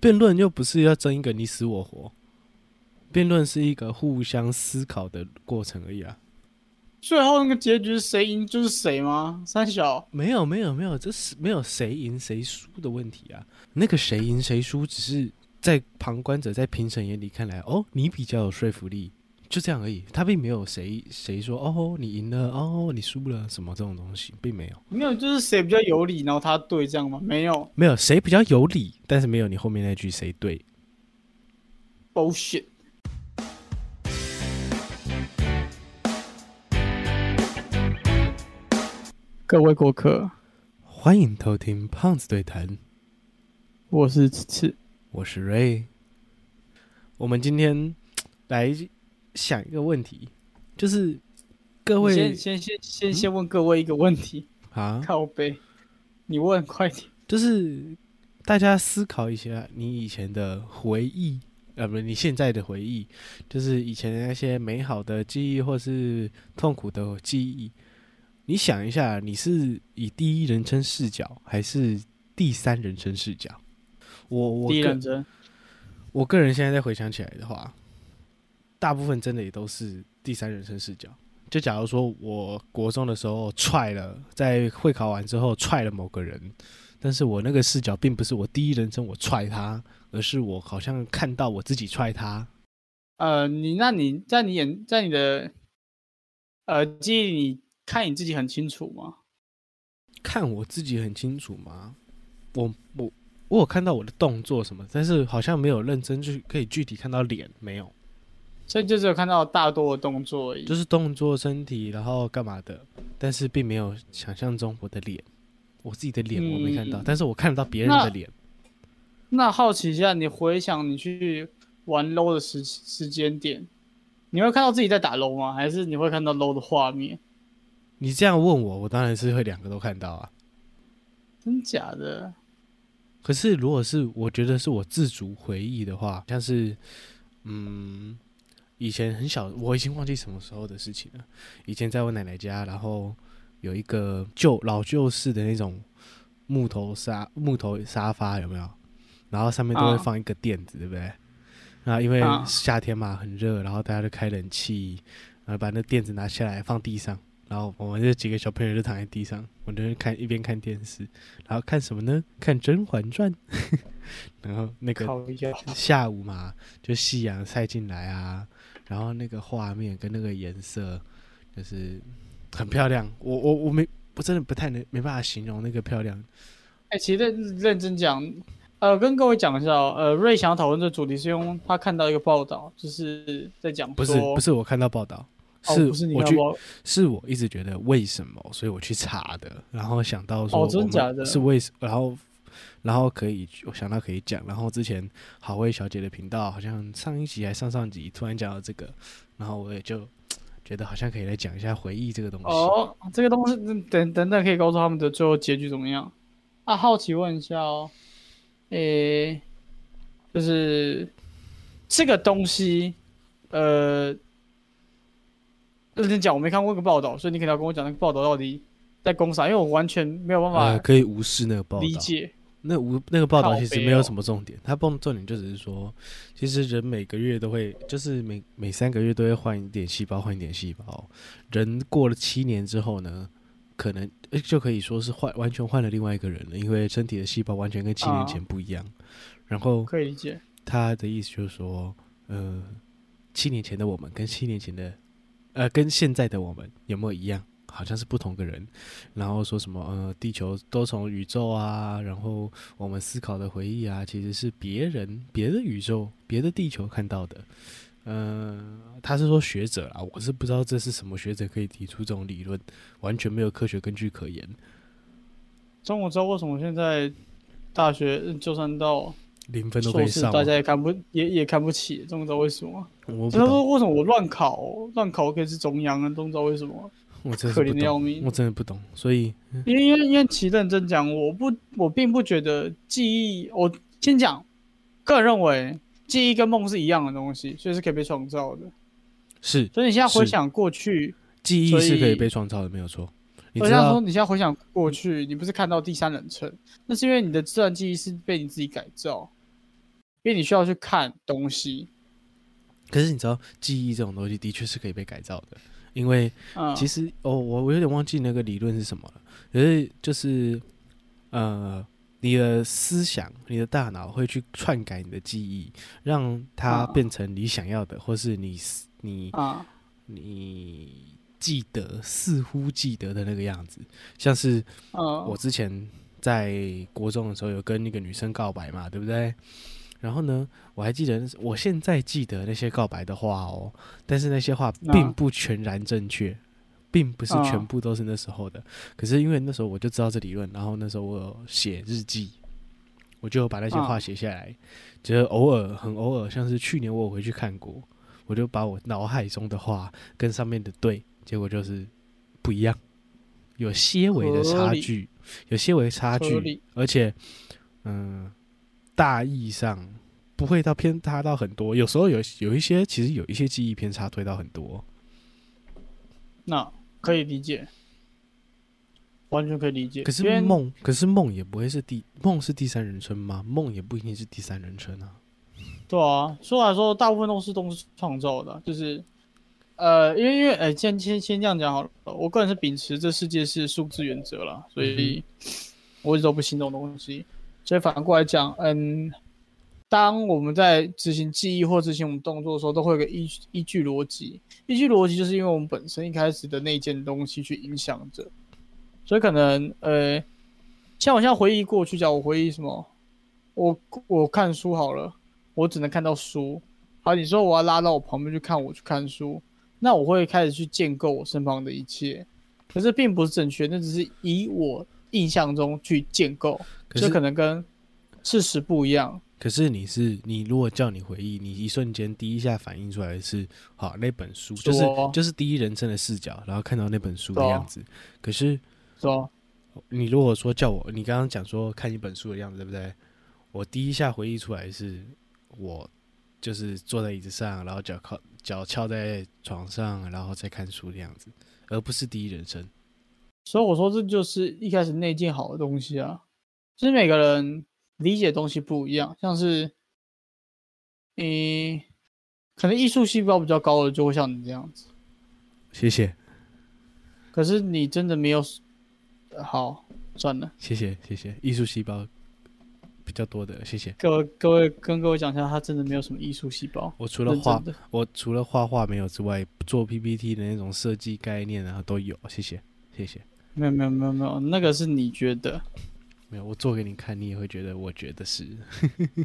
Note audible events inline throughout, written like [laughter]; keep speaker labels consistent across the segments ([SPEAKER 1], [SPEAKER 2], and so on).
[SPEAKER 1] 辩论又不是要争一个你死我活，辩论是一个互相思考的过程而已啊。
[SPEAKER 2] 最后那个结局是谁赢就是谁吗？三小
[SPEAKER 1] 没有没有没有，这是没有谁赢谁输的问题啊。那个谁赢谁输，只是在旁观者在评审眼里看来，哦，你比较有说服力，就这样而已。他并没有谁谁说哦你赢了哦你输了什么这种东西，并没有，
[SPEAKER 2] 没有，就是谁比较有理，然后他对这样吗？没有
[SPEAKER 1] 没有谁比较有理，但是没有你后面那句谁对。
[SPEAKER 2] ，bullshit。各位过客，
[SPEAKER 1] 欢迎偷听胖子对谈，
[SPEAKER 2] 我是此次，
[SPEAKER 1] 我是 Ray。我们今天来想一个问题，就是各
[SPEAKER 2] 我
[SPEAKER 1] 位嗯
[SPEAKER 2] 先先先先先问各位一个问题，
[SPEAKER 1] 啊，
[SPEAKER 2] 靠背，你问快点。
[SPEAKER 1] 就是大家思考一下你以前的回忆，呃，不是你现在的回忆，就是以前的那些美好的记忆或是痛苦的记忆。你想一下，你是以第一人称视角还是第三人称视角？我我
[SPEAKER 2] 第一
[SPEAKER 1] 个
[SPEAKER 2] 认真，
[SPEAKER 1] 我个人现在再回想起来的话，大部分真的也都是第三人称视角。就假如说我国中的时候踹了，在会考完之后踹了某个人，但是我那个视角并不是我第一人称我踹他，而是我好像看到我自己踹他。
[SPEAKER 2] 呃，你那你在你眼在你的呃记忆里，你看你自己很清楚吗？
[SPEAKER 1] 看我自己很清楚吗？我我我有看到我的动作什么，但是好像没有认真去可以具体看到脸，没有，
[SPEAKER 2] 所以就只有看到大多的动作而已。
[SPEAKER 1] 就是动作、身体，然后干嘛的，但是并没有想象中我的脸，我自己的脸我没看到，
[SPEAKER 2] 嗯
[SPEAKER 1] 但是我看得到别人
[SPEAKER 2] 那
[SPEAKER 1] 的脸。
[SPEAKER 2] 那好奇一下，你回想你去玩 LO 的时时间点，你会看到自己在打 LO 吗？还是你会看到 LO 的画面？
[SPEAKER 1] 你这样问我，我当然是会两个都看到啊。
[SPEAKER 2] 真假的？
[SPEAKER 1] 可是如果是我觉得是我自主回忆的话，像是嗯，以前很小，我已经忘记什么时候的事情了。以前在我奶奶家，然后有一个旧老旧式的那种木头沙木头沙发，有没有？然后上面都会
[SPEAKER 2] 啊
[SPEAKER 1] 放一个垫子，对不对？那因为
[SPEAKER 2] 啊
[SPEAKER 1] 夏天嘛，很热，然后大家就开冷气，然后把那垫子拿下来放地上，然后我们这几个小朋友就躺在地上，我就看一边看电视，然后看什么呢？看《甄嬛传》， [laughs] 然后那个
[SPEAKER 2] 靠呀！
[SPEAKER 1] 下午嘛，就夕阳晒进来啊，然后那个画面跟那个颜色，就是很漂亮。我我我没，我真的不太能没办法形容那个漂亮。
[SPEAKER 2] 哎、其实认认真讲，呃，跟各位讲一下哦，呃，瑞想要讨论这个主题是因为他看到一个报道，就是在讲
[SPEAKER 1] 不是
[SPEAKER 2] 说
[SPEAKER 1] 不是，我看到报道，
[SPEAKER 2] 哦
[SPEAKER 1] 是
[SPEAKER 2] 不是你
[SPEAKER 1] 我
[SPEAKER 2] 看
[SPEAKER 1] 去
[SPEAKER 2] 报道
[SPEAKER 1] 是我一直觉得为什么，所以我去查的，然后想到说
[SPEAKER 2] 哦
[SPEAKER 1] 我
[SPEAKER 2] 真
[SPEAKER 1] 们
[SPEAKER 2] 假的
[SPEAKER 1] 是为什，然后然后可以我想到可以讲，然后之前好味小姐的频道好像上一集还上上集突然讲到这个，然后我也就觉得好像可以来讲一下回忆这个东西。
[SPEAKER 2] 哦，这个东西等等等可以告诉他们的最后结局怎么样啊？好奇问一下哦，诶、就是这个东西，呃，认真讲，我没看过那个报道，所以你可能要跟我讲那个报道到底在攻啥，因为我完全没有办
[SPEAKER 1] 呃，
[SPEAKER 2] 法
[SPEAKER 1] 可以无视那个报道
[SPEAKER 2] 理。解。
[SPEAKER 1] 那无那个报道其
[SPEAKER 2] 靠
[SPEAKER 1] 实
[SPEAKER 2] 北
[SPEAKER 1] 没有
[SPEAKER 2] 哦
[SPEAKER 1] 什么重点，它重重点就只是说，其实人每个月都会，就是每每三个月都会换一点细胞，换一点细胞。人过了七年之后呢，可能呃就可以说是换完全换了另外一个人了，因为身体的细胞完全跟
[SPEAKER 2] 啊
[SPEAKER 1] 七年前不一样。然后
[SPEAKER 2] 可以理解，
[SPEAKER 1] 他的意思就是说，呃，七年前的我们跟七年前的，呃，跟现在的我们有没有一样？好像是不同个人。然后说什么，呃，地球都从宇宙啊，然后我们思考的回忆啊，其实是别人、别的宇宙、别的地球看到的。嗯、他是说学者啊，我是不知道这是什么学者可以提出这种理论，完全没有科学根据可言。
[SPEAKER 2] 中午之后为什么现在大学嗯就算到
[SPEAKER 1] 零分都可
[SPEAKER 2] 硕
[SPEAKER 1] 以
[SPEAKER 2] 士，
[SPEAKER 1] 上吗
[SPEAKER 2] 大，家也看不也也看不起？中午知道为什么吗？
[SPEAKER 1] 我不
[SPEAKER 2] 他
[SPEAKER 1] 懂，
[SPEAKER 2] 说为什么我乱考，乱考可以是中央啊？都不知道为什么，
[SPEAKER 1] 我真
[SPEAKER 2] 可
[SPEAKER 1] 的是
[SPEAKER 2] 怜
[SPEAKER 1] 不
[SPEAKER 2] 的要
[SPEAKER 1] 懂，
[SPEAKER 2] 命
[SPEAKER 1] 我。真的不懂。所以，
[SPEAKER 2] 因为因为因为其实认真讲，我不我并不觉得记忆，我先讲，个人认为记忆跟梦是一样的东西，所以是可以被创造的。
[SPEAKER 1] 是
[SPEAKER 2] 所以你现在回
[SPEAKER 1] 是
[SPEAKER 2] 想过去，
[SPEAKER 1] 记忆是可
[SPEAKER 2] 所
[SPEAKER 1] 以
[SPEAKER 2] 以
[SPEAKER 1] 被创造的，没有错。你
[SPEAKER 2] 我
[SPEAKER 1] 知
[SPEAKER 2] 这样说，
[SPEAKER 1] 道，
[SPEAKER 2] 你现在回想过去，你不是看到第三人称，那是因为你的自然记忆是被你自己改造。因为你需要去看东西。
[SPEAKER 1] 可是你知道，记忆这种东西的确是可以被改造的，因为
[SPEAKER 2] 嗯，
[SPEAKER 1] 其实哦，我我有点忘记那个理论是什么了。可是就是呃，你的思想，你的大脑会去篡改你的记忆，让它
[SPEAKER 2] 嗯
[SPEAKER 1] 变成你想要的，或是你思你
[SPEAKER 2] 啊，
[SPEAKER 1] 你记得似乎记得的那个样子，像是
[SPEAKER 2] 嗯
[SPEAKER 1] 我，之前在国中的时候有跟一个女生告白嘛，对不对？然后呢，我还记得那时，我现在记得那些告白的话哦，但是那些话
[SPEAKER 2] 那
[SPEAKER 1] 并不全然正确，并不是
[SPEAKER 2] 嗯
[SPEAKER 1] 全部都是那时候的。可是因为那时候我就知道这理论，然后那时候我有写日记，我就把那些
[SPEAKER 2] 嗯
[SPEAKER 1] 话写下来，就是偶尔很偶尔，像是去年我有回去看过，我就把我脑海中的话跟上面的对，结果就是不一样，有些微的
[SPEAKER 2] 合
[SPEAKER 1] 差
[SPEAKER 2] 理
[SPEAKER 1] 距，有些微差
[SPEAKER 2] 合
[SPEAKER 1] 距
[SPEAKER 2] 理，
[SPEAKER 1] 而且，嗯，大意上不会到偏差到很多，有时候有有一些其实有一些记忆偏差推到很多，
[SPEAKER 2] 那可以理解，完全可以理解。
[SPEAKER 1] 可是
[SPEAKER 2] 因为
[SPEAKER 1] 梦，可是梦也不会是第梦是第三人称吗？梦也不一定是第三人称啊。
[SPEAKER 2] 对啊，说来说大部分都是都是创造的，啊就是，呃，因为因为呃，先先先这样讲好了，我个人是秉持这世界是数字原则啦，所以我一直都不信这种东西。所以反过来讲，嗯，当我们在执行记忆或执行我们动作的时候，都会有个依依据逻辑。依据逻辑就是因为我们本身一开始的那件东西去影响着，所以可能呃，像我现在回忆过去讲，我回忆什么，我我看书好了。我只能看到书。好，你说我要拉到我旁边去看，我去看书，那我会开始去建构我身旁的一切，可是并不是正确，那只是以我印象中去建构，
[SPEAKER 1] 可
[SPEAKER 2] 这
[SPEAKER 1] 是
[SPEAKER 2] 可能跟事实不一样。
[SPEAKER 1] 可是你是你，如果叫你回忆，你一瞬间第一下反应出来的是，好那本书就是
[SPEAKER 2] 说
[SPEAKER 1] 就是第一人称的视角，然后看到那本书的
[SPEAKER 2] 说
[SPEAKER 1] 样子。可是
[SPEAKER 2] 说
[SPEAKER 1] 你如果说叫我，你刚刚讲说看一本书的样子，对不对？我第一下回忆出来是，我就是坐在椅子上，然后脚靠脚翘在床上，然后再看书的样子，而不是第一人称。
[SPEAKER 2] 所以我说这就是一开始内建好的东西啊，就是每个人理解东西不一样，像是，嗯，可能艺术细胞比较高的就会像你这样子，
[SPEAKER 1] 谢谢，
[SPEAKER 2] 可是你真的没有，呃好，算了。
[SPEAKER 1] 谢谢，谢谢，艺术细胞比较多的，谢谢。
[SPEAKER 2] 各位各位跟各位讲一下，他真的没有什么艺术细胞，
[SPEAKER 1] 我除了
[SPEAKER 2] 认
[SPEAKER 1] 画
[SPEAKER 2] 真的
[SPEAKER 1] 我除了画画没有之外，做 PPT 的那种设计概念啊都有，谢谢谢谢。
[SPEAKER 2] 没有没有没有没有，那个是你觉得，
[SPEAKER 1] 没有，我做给你看，你也会觉得我觉得是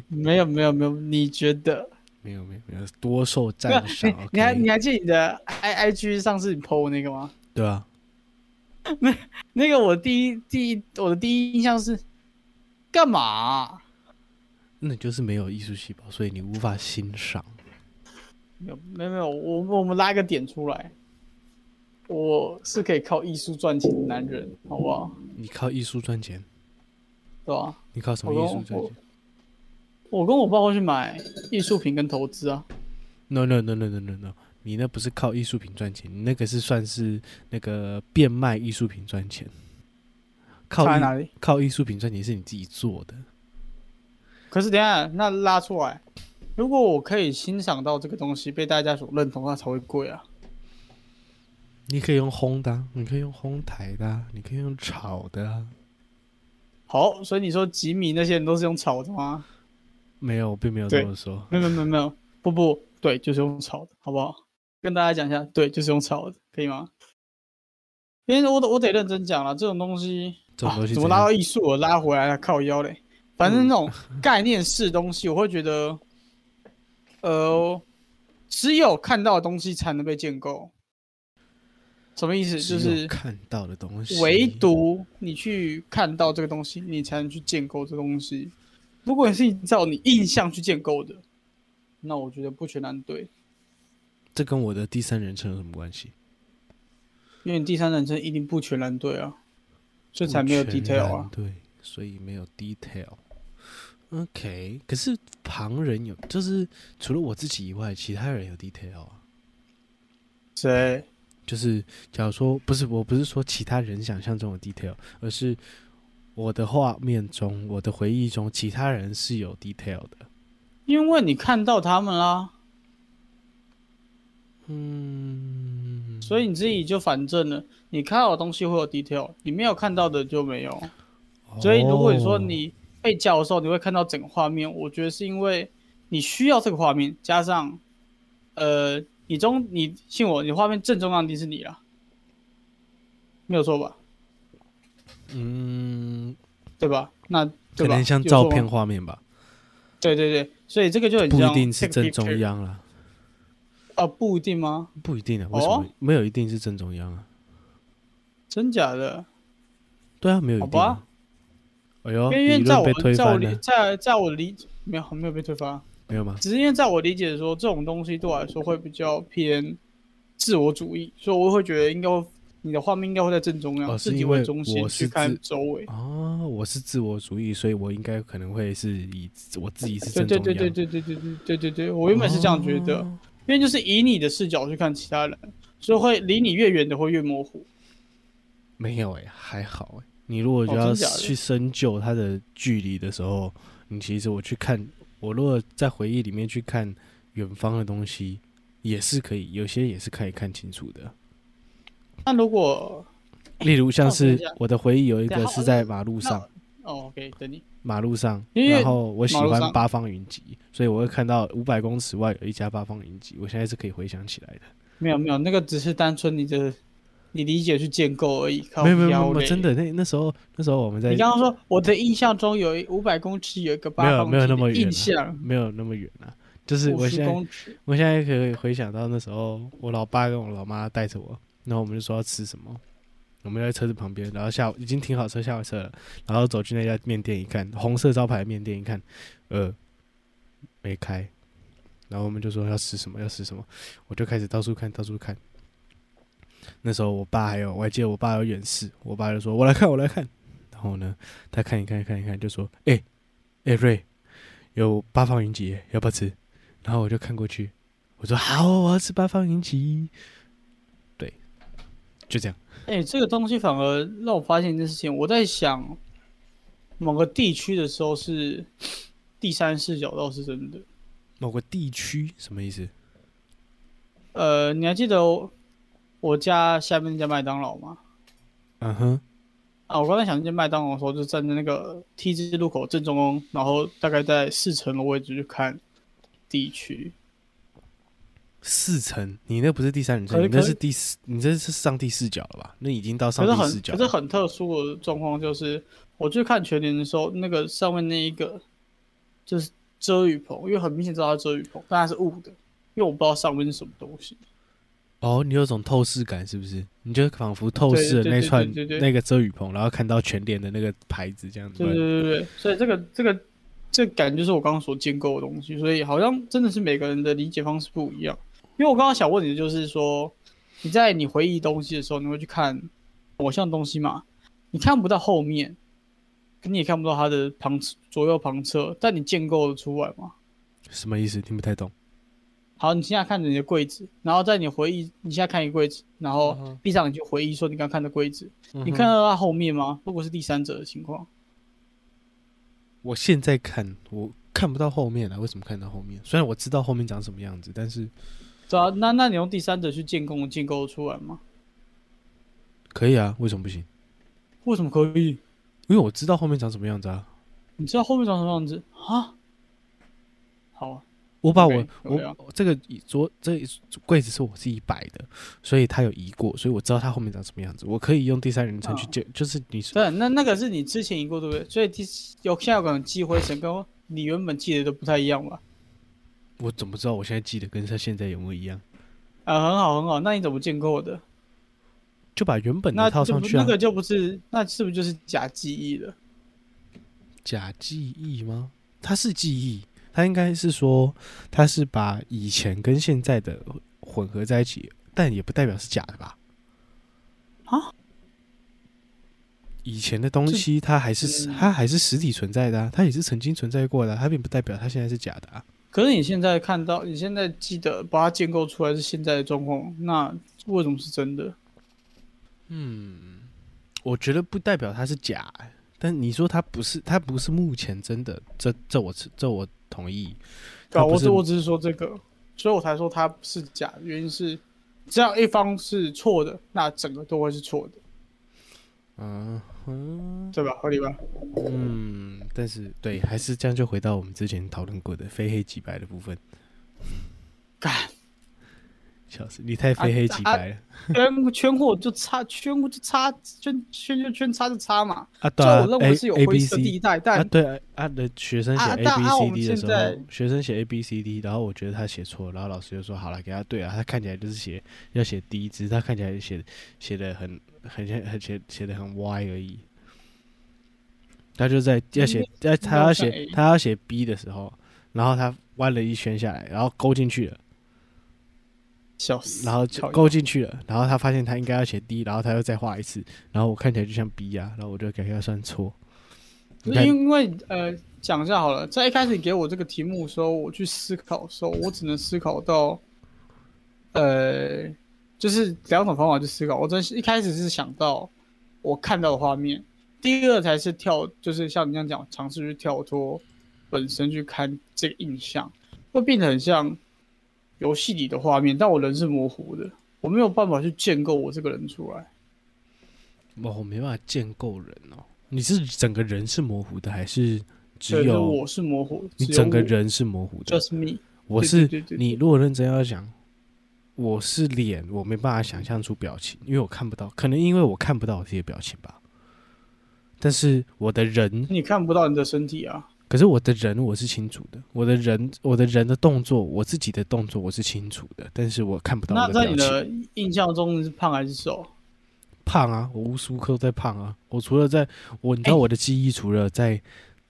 [SPEAKER 2] 没有没有没有，你觉得，
[SPEAKER 1] 没有没有没有多受
[SPEAKER 2] 没有
[SPEAKER 1] 赞 [laughs] 赏。
[SPEAKER 2] 你还
[SPEAKER 1] OK？
[SPEAKER 2] 你还记得你的 i i g 上次你 PO 那个吗？
[SPEAKER 1] 对啊，
[SPEAKER 2] 那个我第一第一我的第一印象是，干嘛啊、
[SPEAKER 1] 那你就是没有艺术细胞，所以你无法欣赏。
[SPEAKER 2] 没有没有没有，我我们拉一个点出来，我是可以靠艺术赚钱的男人，好不好？
[SPEAKER 1] 你靠艺术赚钱，
[SPEAKER 2] 对吧、
[SPEAKER 1] 你靠什么
[SPEAKER 2] 我
[SPEAKER 1] 艺
[SPEAKER 2] 跟
[SPEAKER 1] 术赚
[SPEAKER 2] 我
[SPEAKER 1] 钱
[SPEAKER 2] 我跟我爸会去买艺术品跟投资啊，
[SPEAKER 1] ？No No No No No No No，你那不是靠艺术品赚钱，你那个是算是那个变卖艺术品赚钱。靠
[SPEAKER 2] 差在
[SPEAKER 1] 艺
[SPEAKER 2] 哪里？
[SPEAKER 1] 靠艺术品赚钱是你自己做的，
[SPEAKER 2] 可是等一下那拉出来，如果我可以欣赏到这个东西被大家所认同，它才会贵啊。
[SPEAKER 1] 你可以用烘的啊、你可以用烘台的啊、你可以用炒的啊、
[SPEAKER 2] 好，所以你说吉米那些人都是用炒的吗？
[SPEAKER 1] 没有，我并没有这
[SPEAKER 2] 对
[SPEAKER 1] 么说。
[SPEAKER 2] 没有没有没有，不不对，就是用炒的，好不好？跟大家讲一下，对，就是用炒的，可以吗？因为我得我得认真讲了，这种东西
[SPEAKER 1] 这种东西
[SPEAKER 2] 啊、怎
[SPEAKER 1] 怎
[SPEAKER 2] 么
[SPEAKER 1] 样、
[SPEAKER 2] 拉到艺术我拉回来了，靠腰嘞。反正那种概念式东西，我会觉得，呃，只有看到的东西才能被建构。什么意思？就
[SPEAKER 1] 只有
[SPEAKER 2] 是
[SPEAKER 1] 看到的东西，
[SPEAKER 2] 唯独你去看到这个东西，你才能去建构这东西。如果你是照你印象去建构的，那我觉得不全然对，
[SPEAKER 1] 这跟我的第三人称有什么关系？
[SPEAKER 2] 因为你第三人称一定不全然对啊，这
[SPEAKER 1] 这
[SPEAKER 2] 才没有 detail 啊。
[SPEAKER 1] 对，所以没有 detail。OK，可是旁人有，就是除了我自己以外，其他人有 detail 啊。
[SPEAKER 2] 谁？
[SPEAKER 1] 就是假如说不是，我不是说其他人想象中的 detail，而是我的画面中、我的回忆中，其他人是有 detail 的，
[SPEAKER 2] 因为你看到他们啦，
[SPEAKER 1] 嗯，
[SPEAKER 2] 所以你自己就反证了。你看到的东西会有 detail，你没有看到的就没有。所以如果你说
[SPEAKER 1] 哦
[SPEAKER 2] 你被教的时候，你会看到整个画面，我觉得是因为你需要这个画面，加上，呃，你中你信我，你画面正中央一定是你啦，没有错吧？
[SPEAKER 1] 嗯，
[SPEAKER 2] 对吧？那
[SPEAKER 1] 可
[SPEAKER 2] 对吧
[SPEAKER 1] 能像照，
[SPEAKER 2] 有
[SPEAKER 1] 片
[SPEAKER 2] 错吗
[SPEAKER 1] 画面吧，
[SPEAKER 2] 对对对，所以这个就很
[SPEAKER 1] 不一
[SPEAKER 2] 像
[SPEAKER 1] 定是正
[SPEAKER 2] take
[SPEAKER 1] 中
[SPEAKER 2] picture
[SPEAKER 1] 央啦，
[SPEAKER 2] 啊，不一定吗？
[SPEAKER 1] 不一定啊，为什么
[SPEAKER 2] 哦
[SPEAKER 1] 没有一定是正中央啊？
[SPEAKER 2] 真假的？
[SPEAKER 1] 对啊，没有一定
[SPEAKER 2] 好
[SPEAKER 1] 啊
[SPEAKER 2] 吧。
[SPEAKER 1] 哎呦，
[SPEAKER 2] 因为
[SPEAKER 1] 理
[SPEAKER 2] 在
[SPEAKER 1] 论
[SPEAKER 2] 我
[SPEAKER 1] 被推
[SPEAKER 2] 在我
[SPEAKER 1] 翻
[SPEAKER 2] 理
[SPEAKER 1] 了，
[SPEAKER 2] 在在我理没有没有被推翻，
[SPEAKER 1] 没
[SPEAKER 2] [laughs]
[SPEAKER 1] 有吗？
[SPEAKER 2] 只是因为在我理解说，这种东西对我来说会比较偏自我主义，所以我会觉得应该会你的画面应该会在正中央，
[SPEAKER 1] 哦是
[SPEAKER 2] 自己
[SPEAKER 1] 因
[SPEAKER 2] 为
[SPEAKER 1] 为
[SPEAKER 2] 中心
[SPEAKER 1] 我
[SPEAKER 2] 去
[SPEAKER 1] 是
[SPEAKER 2] 看
[SPEAKER 1] 自
[SPEAKER 2] 周围。
[SPEAKER 1] 哦，我是自我主义，所以我应该可能会是以自我自己是
[SPEAKER 2] 对
[SPEAKER 1] 正中
[SPEAKER 2] 对
[SPEAKER 1] 央。
[SPEAKER 2] 对对对对对对对对对，我原本是这样觉得，
[SPEAKER 1] 哦
[SPEAKER 2] 因为就是以你的视角去看其他人，所以会离你越远的会越模糊。
[SPEAKER 1] 没有哎、还好哎、你如果
[SPEAKER 2] 哦
[SPEAKER 1] 就要
[SPEAKER 2] 真假的
[SPEAKER 1] 去深究它的距离的时候，你其实我去看，我如果在回忆里面去看远方的东西，也是可以，有些也是可以看清楚
[SPEAKER 2] [laughs]
[SPEAKER 1] 的。
[SPEAKER 2] 那如果
[SPEAKER 1] 例如像
[SPEAKER 2] 那我
[SPEAKER 1] 是
[SPEAKER 2] 等一下
[SPEAKER 1] 我的回忆有一
[SPEAKER 2] 等一
[SPEAKER 1] 个
[SPEAKER 2] 下
[SPEAKER 1] 是在马路上，
[SPEAKER 2] 哦，OK，等你
[SPEAKER 1] 马路上，
[SPEAKER 2] 因为
[SPEAKER 1] 然后我喜
[SPEAKER 2] 马路
[SPEAKER 1] 欢
[SPEAKER 2] 上
[SPEAKER 1] 八方云集，所以我会看到五百公尺外有一家八方云集，我现在是可以回想起来的。
[SPEAKER 2] 没有没有，那个只是单纯你的你理解去建构而已。靠
[SPEAKER 1] 没有没有没
[SPEAKER 2] 腰
[SPEAKER 1] 有没
[SPEAKER 2] 嘞
[SPEAKER 1] 有，真。的那那时候那时候我们在
[SPEAKER 2] 你刚刚说我的印象中有五百公尺有一个八
[SPEAKER 1] 没有
[SPEAKER 2] 方
[SPEAKER 1] 没有那
[SPEAKER 2] 体的
[SPEAKER 1] 么远啊
[SPEAKER 2] 印象，
[SPEAKER 1] 没有那么远啊，就是
[SPEAKER 2] 五
[SPEAKER 1] 我
[SPEAKER 2] 十
[SPEAKER 1] 现在
[SPEAKER 2] 公尺。
[SPEAKER 1] 我现在可以回想到那时候，我老爸跟我老妈带着我，然后我们就说要吃什么，我们就在车子旁边，然后下午已经停好车下完车了，然后走去那家面店一看，红色招牌的面店一看，呃，没开，然后我们就说要吃什么要吃什么，我就开始到处看到处看。那时候我爸还有，我还记得我爸有远视，我爸就说：“我来看，我来看。”然后呢，他看一看看一看，就说：“哎、哎、瑞，有八方云集耶，要不要吃？”然后我就看过去，我说好，我要吃八方云集。对，就这样。
[SPEAKER 2] 哎、这个东西反而让我发现一件事情，我在想某个地区的时候是第三视角倒是真的。
[SPEAKER 1] 某个地区什么意思？
[SPEAKER 2] 呃，你还记得我我家下面那家麦当劳吗？
[SPEAKER 1] 嗯哼，
[SPEAKER 2] 啊，我刚才想那家麦当劳的时候，就站在那个 T 字路口正中央，然后大概在四层的位置去看地区。
[SPEAKER 1] 四层，你那不是第三人
[SPEAKER 2] 可
[SPEAKER 1] 称，
[SPEAKER 2] 是
[SPEAKER 1] 你那
[SPEAKER 2] 可
[SPEAKER 1] 是
[SPEAKER 2] 是
[SPEAKER 1] 第四，你这是上帝视角了吧？那已经到上
[SPEAKER 2] 可是
[SPEAKER 1] 帝视
[SPEAKER 2] 很
[SPEAKER 1] 角
[SPEAKER 2] 可是
[SPEAKER 1] 了。
[SPEAKER 2] 很特殊的状况就是，我去看全年的时候，那个上面那一个就是遮雨棚，因为很明显知道它遮雨棚，但它是雾的，因为我不知道上面是什么东西。
[SPEAKER 1] 哦，你有种透视感，是不是？你就仿佛透
[SPEAKER 2] 对
[SPEAKER 1] 视了
[SPEAKER 2] 对
[SPEAKER 1] 那
[SPEAKER 2] 对
[SPEAKER 1] 串
[SPEAKER 2] 对对对
[SPEAKER 1] 那个遮雨棚，然后看到全脸的那个牌子，这样子
[SPEAKER 2] 对。对对对，对所以这个这个这感觉就是我刚刚所建构的东西，所以好像真的是每个人的理解方式不一样。因为我刚刚想问你的就是说，你在你回忆东西的时候，你会去看某项东西嘛？你看不到后面，你也看不到它的旁左右旁侧，但你建构的出来吗？
[SPEAKER 1] 什么意思？听不太懂。
[SPEAKER 2] 好，你现在看着你的柜子，然后在你回忆，你现在看一个柜子，然后
[SPEAKER 1] 嗯
[SPEAKER 2] 闭上眼睛回忆说你刚看的柜子，你看到它后面吗？如果是第三者的情况，
[SPEAKER 1] 我现在看，我看不到后面啊了。为什么看到后面？虽然我知道后面长什么样子，但是
[SPEAKER 2] 对啊，那那你用第三者去建构建构出来吗？
[SPEAKER 1] 可以啊，为什么不行？
[SPEAKER 2] 为什么可以？
[SPEAKER 1] 因为我知道后面长什么样子啊。
[SPEAKER 2] 你知道后面长什么样子啊？好啊，
[SPEAKER 1] 我把我
[SPEAKER 2] OK，有啊
[SPEAKER 1] 我
[SPEAKER 2] 聊
[SPEAKER 1] 这个椅桌这一柜子是我自己摆的，所以它有移过，所以我知道它后面长什么样子。我可以用第三人称去
[SPEAKER 2] 嗯
[SPEAKER 1] 就、就是你说
[SPEAKER 2] 对，那那个是你之前赢过对不对？所以第有现在有可能积灰尘，跟你原本记得都不太一样吧？
[SPEAKER 1] 我怎么知道我现在记得跟它现在有没有一样？
[SPEAKER 2] 啊、很好很好，那你怎么建构的？
[SPEAKER 1] 就把原本
[SPEAKER 2] 那
[SPEAKER 1] 的套
[SPEAKER 2] 就
[SPEAKER 1] 上
[SPEAKER 2] 不
[SPEAKER 1] 去
[SPEAKER 2] 那
[SPEAKER 1] 啊。
[SPEAKER 2] 个就不是，那是不是就是假记忆了？
[SPEAKER 1] 假记忆吗？它是记忆，它应该是说它是把以前跟现在的混合在一起，但也不代表是假的吧？
[SPEAKER 2] 啊？
[SPEAKER 1] 以前的东西它还是
[SPEAKER 2] 嗯
[SPEAKER 1] 它还是实体存在的、啊，它也是曾经存在过的啊、它并不代表它现在是假的啊。
[SPEAKER 2] 可是你现在看到，你现在记得把它建构出来是现在的状况，那为什么是真的？
[SPEAKER 1] 我觉得不代表它是假欸、但你说它不是，它不是目前真的，这这我是这我同意。
[SPEAKER 2] 对、
[SPEAKER 1] 它
[SPEAKER 2] 啊，
[SPEAKER 1] 不
[SPEAKER 2] 我
[SPEAKER 1] 是
[SPEAKER 2] 只我只是说这个，所以我才说它是假的，原因是只要一方是错的，那整个都会是错的，
[SPEAKER 1] 嗯哼，
[SPEAKER 2] 对吧？合理吧？
[SPEAKER 1] 嗯，但是对，还是这样就回到我们之前讨论过的非黑即白的部分。
[SPEAKER 2] 干，啊
[SPEAKER 1] 笑死，你太非黑即白了
[SPEAKER 2] 圈圈货就差圈货就差圈圈就圈差就差嘛，
[SPEAKER 1] 啊！
[SPEAKER 2] 就
[SPEAKER 1] 对啊
[SPEAKER 2] 我认为是有
[SPEAKER 1] A A
[SPEAKER 2] 灰
[SPEAKER 1] B
[SPEAKER 2] 色
[SPEAKER 1] C
[SPEAKER 2] 地带，
[SPEAKER 1] 啊，
[SPEAKER 2] 但
[SPEAKER 1] 对啊，啊，的学生写
[SPEAKER 2] 啊
[SPEAKER 1] A B
[SPEAKER 2] 但啊我
[SPEAKER 1] C
[SPEAKER 2] 们
[SPEAKER 1] D 的时
[SPEAKER 2] 现在
[SPEAKER 1] 候，学生写 A B C D，然后我觉得他写错，然后老师就说好了，给他对啊，他看起来就是写要写 D，只是他看起来写写的很很像很写写的很歪而已。他就在要
[SPEAKER 2] 嗯
[SPEAKER 1] 写，要他要
[SPEAKER 2] 应该
[SPEAKER 1] 写
[SPEAKER 2] 是 A
[SPEAKER 1] 他要写 B 的时候，然后他弯了一圈下来，然后勾进去了，
[SPEAKER 2] 笑死，
[SPEAKER 1] 然后就
[SPEAKER 2] 靠腰
[SPEAKER 1] 勾进去了，然后他发现他应该要写 D，然后他又再画一次，然后我看起来就像 B 啊，然后我就给他算错。你看
[SPEAKER 2] 因为呃，讲一下好了，在一开始你给我这个题目的时候，我去思考的时候，我只能思考到，呃，就是两种方法去思考。我真是一开始是想到我看到的画面，第二才是跳，就是像你这样讲，尝试去跳脱本身去看这个印象，会变得很像游戏里的画面，但我人是模糊的，我没有办法去建构我这个人出来。
[SPEAKER 1] 哦，我没办法建构人哦。你是整个人是模糊的，还是
[SPEAKER 2] 对
[SPEAKER 1] 只
[SPEAKER 2] 就是
[SPEAKER 1] 有
[SPEAKER 2] 我是模糊，
[SPEAKER 1] 你
[SPEAKER 2] 只有
[SPEAKER 1] 整个
[SPEAKER 2] 我
[SPEAKER 1] 人是模糊的？
[SPEAKER 2] just me。
[SPEAKER 1] 我
[SPEAKER 2] 对
[SPEAKER 1] 是
[SPEAKER 2] 对对对
[SPEAKER 1] 你，如果认真要讲，我是脸，我没办法想象出表情，因为我看不到，可能因为我看不到我自己的表情吧。但是我的人，
[SPEAKER 2] 你看不到你的身体啊，
[SPEAKER 1] 可是我的人我是清楚的，我的人，我的人的动作，我自己的动作我是清楚的，但是我看不到
[SPEAKER 2] 那
[SPEAKER 1] 我的
[SPEAKER 2] 在
[SPEAKER 1] 表
[SPEAKER 2] 你
[SPEAKER 1] 情。
[SPEAKER 2] 的印象中是胖还是瘦？
[SPEAKER 1] 胖啊，我无时无刻都在胖啊。我除了在我，你知道
[SPEAKER 2] 哎
[SPEAKER 1] 我的记忆除了在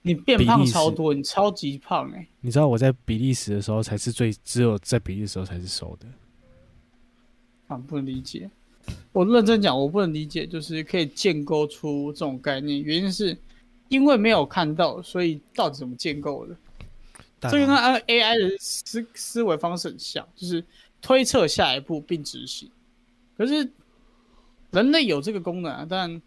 [SPEAKER 2] 你变
[SPEAKER 1] 比
[SPEAKER 2] 胖
[SPEAKER 1] 例是
[SPEAKER 2] 超多，你超级胖哎、
[SPEAKER 1] 你知道我在比利时的时候才是最，只有在比利时的时候才是瘦的。
[SPEAKER 2] 啊，不能理解。我认真讲，我不能理解，就是可以建构出这种概念，原因是因为没有看到，所以到底怎么建构的？这个跟 AI 的思思维方式很像，就是推测下一步并执行。可是人类有这个功能啊，但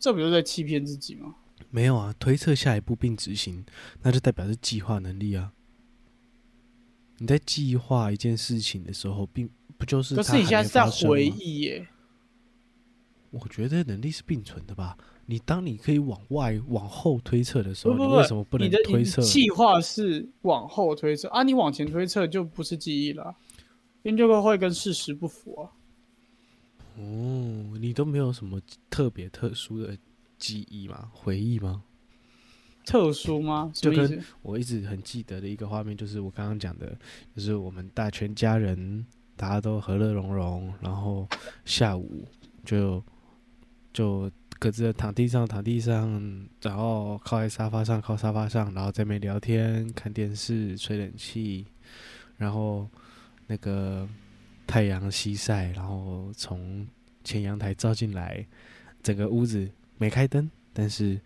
[SPEAKER 2] 这不就是在欺骗自己吗？
[SPEAKER 1] 没有啊，推测下一步并执行，那就代表是计划能力啊。你在计划一件事情的时候，并不就是
[SPEAKER 2] 可
[SPEAKER 1] 它
[SPEAKER 2] 是你
[SPEAKER 1] 还
[SPEAKER 2] 现在
[SPEAKER 1] 没
[SPEAKER 2] 是在
[SPEAKER 1] 发生
[SPEAKER 2] 回
[SPEAKER 1] 吗
[SPEAKER 2] 忆耶、
[SPEAKER 1] 我觉得能力是并存的吧。你当你可以往外、往后推测的时候，
[SPEAKER 2] 不不
[SPEAKER 1] 你
[SPEAKER 2] 不
[SPEAKER 1] 为什么不能
[SPEAKER 2] 你的
[SPEAKER 1] 推测？
[SPEAKER 2] 计划是往后推测啊，你往前推测就不是记忆了啊，因为这个会跟事实不符啊。
[SPEAKER 1] 哦，你都没有什么特别特殊的记忆吗？回忆吗？
[SPEAKER 2] 特殊吗？什
[SPEAKER 1] 就
[SPEAKER 2] 么
[SPEAKER 1] 跟
[SPEAKER 2] 意思？
[SPEAKER 1] 我一直很记得的一个画面，就是我刚刚讲的，就是我们大全家人大家都和乐融融，然后下午就就各自躺地上躺地上，然后靠在沙发上靠沙发上，然后在那边聊天、看电视、吹冷气，然后那个太阳西晒，然后从前阳台照进来，整个屋子没开灯，但是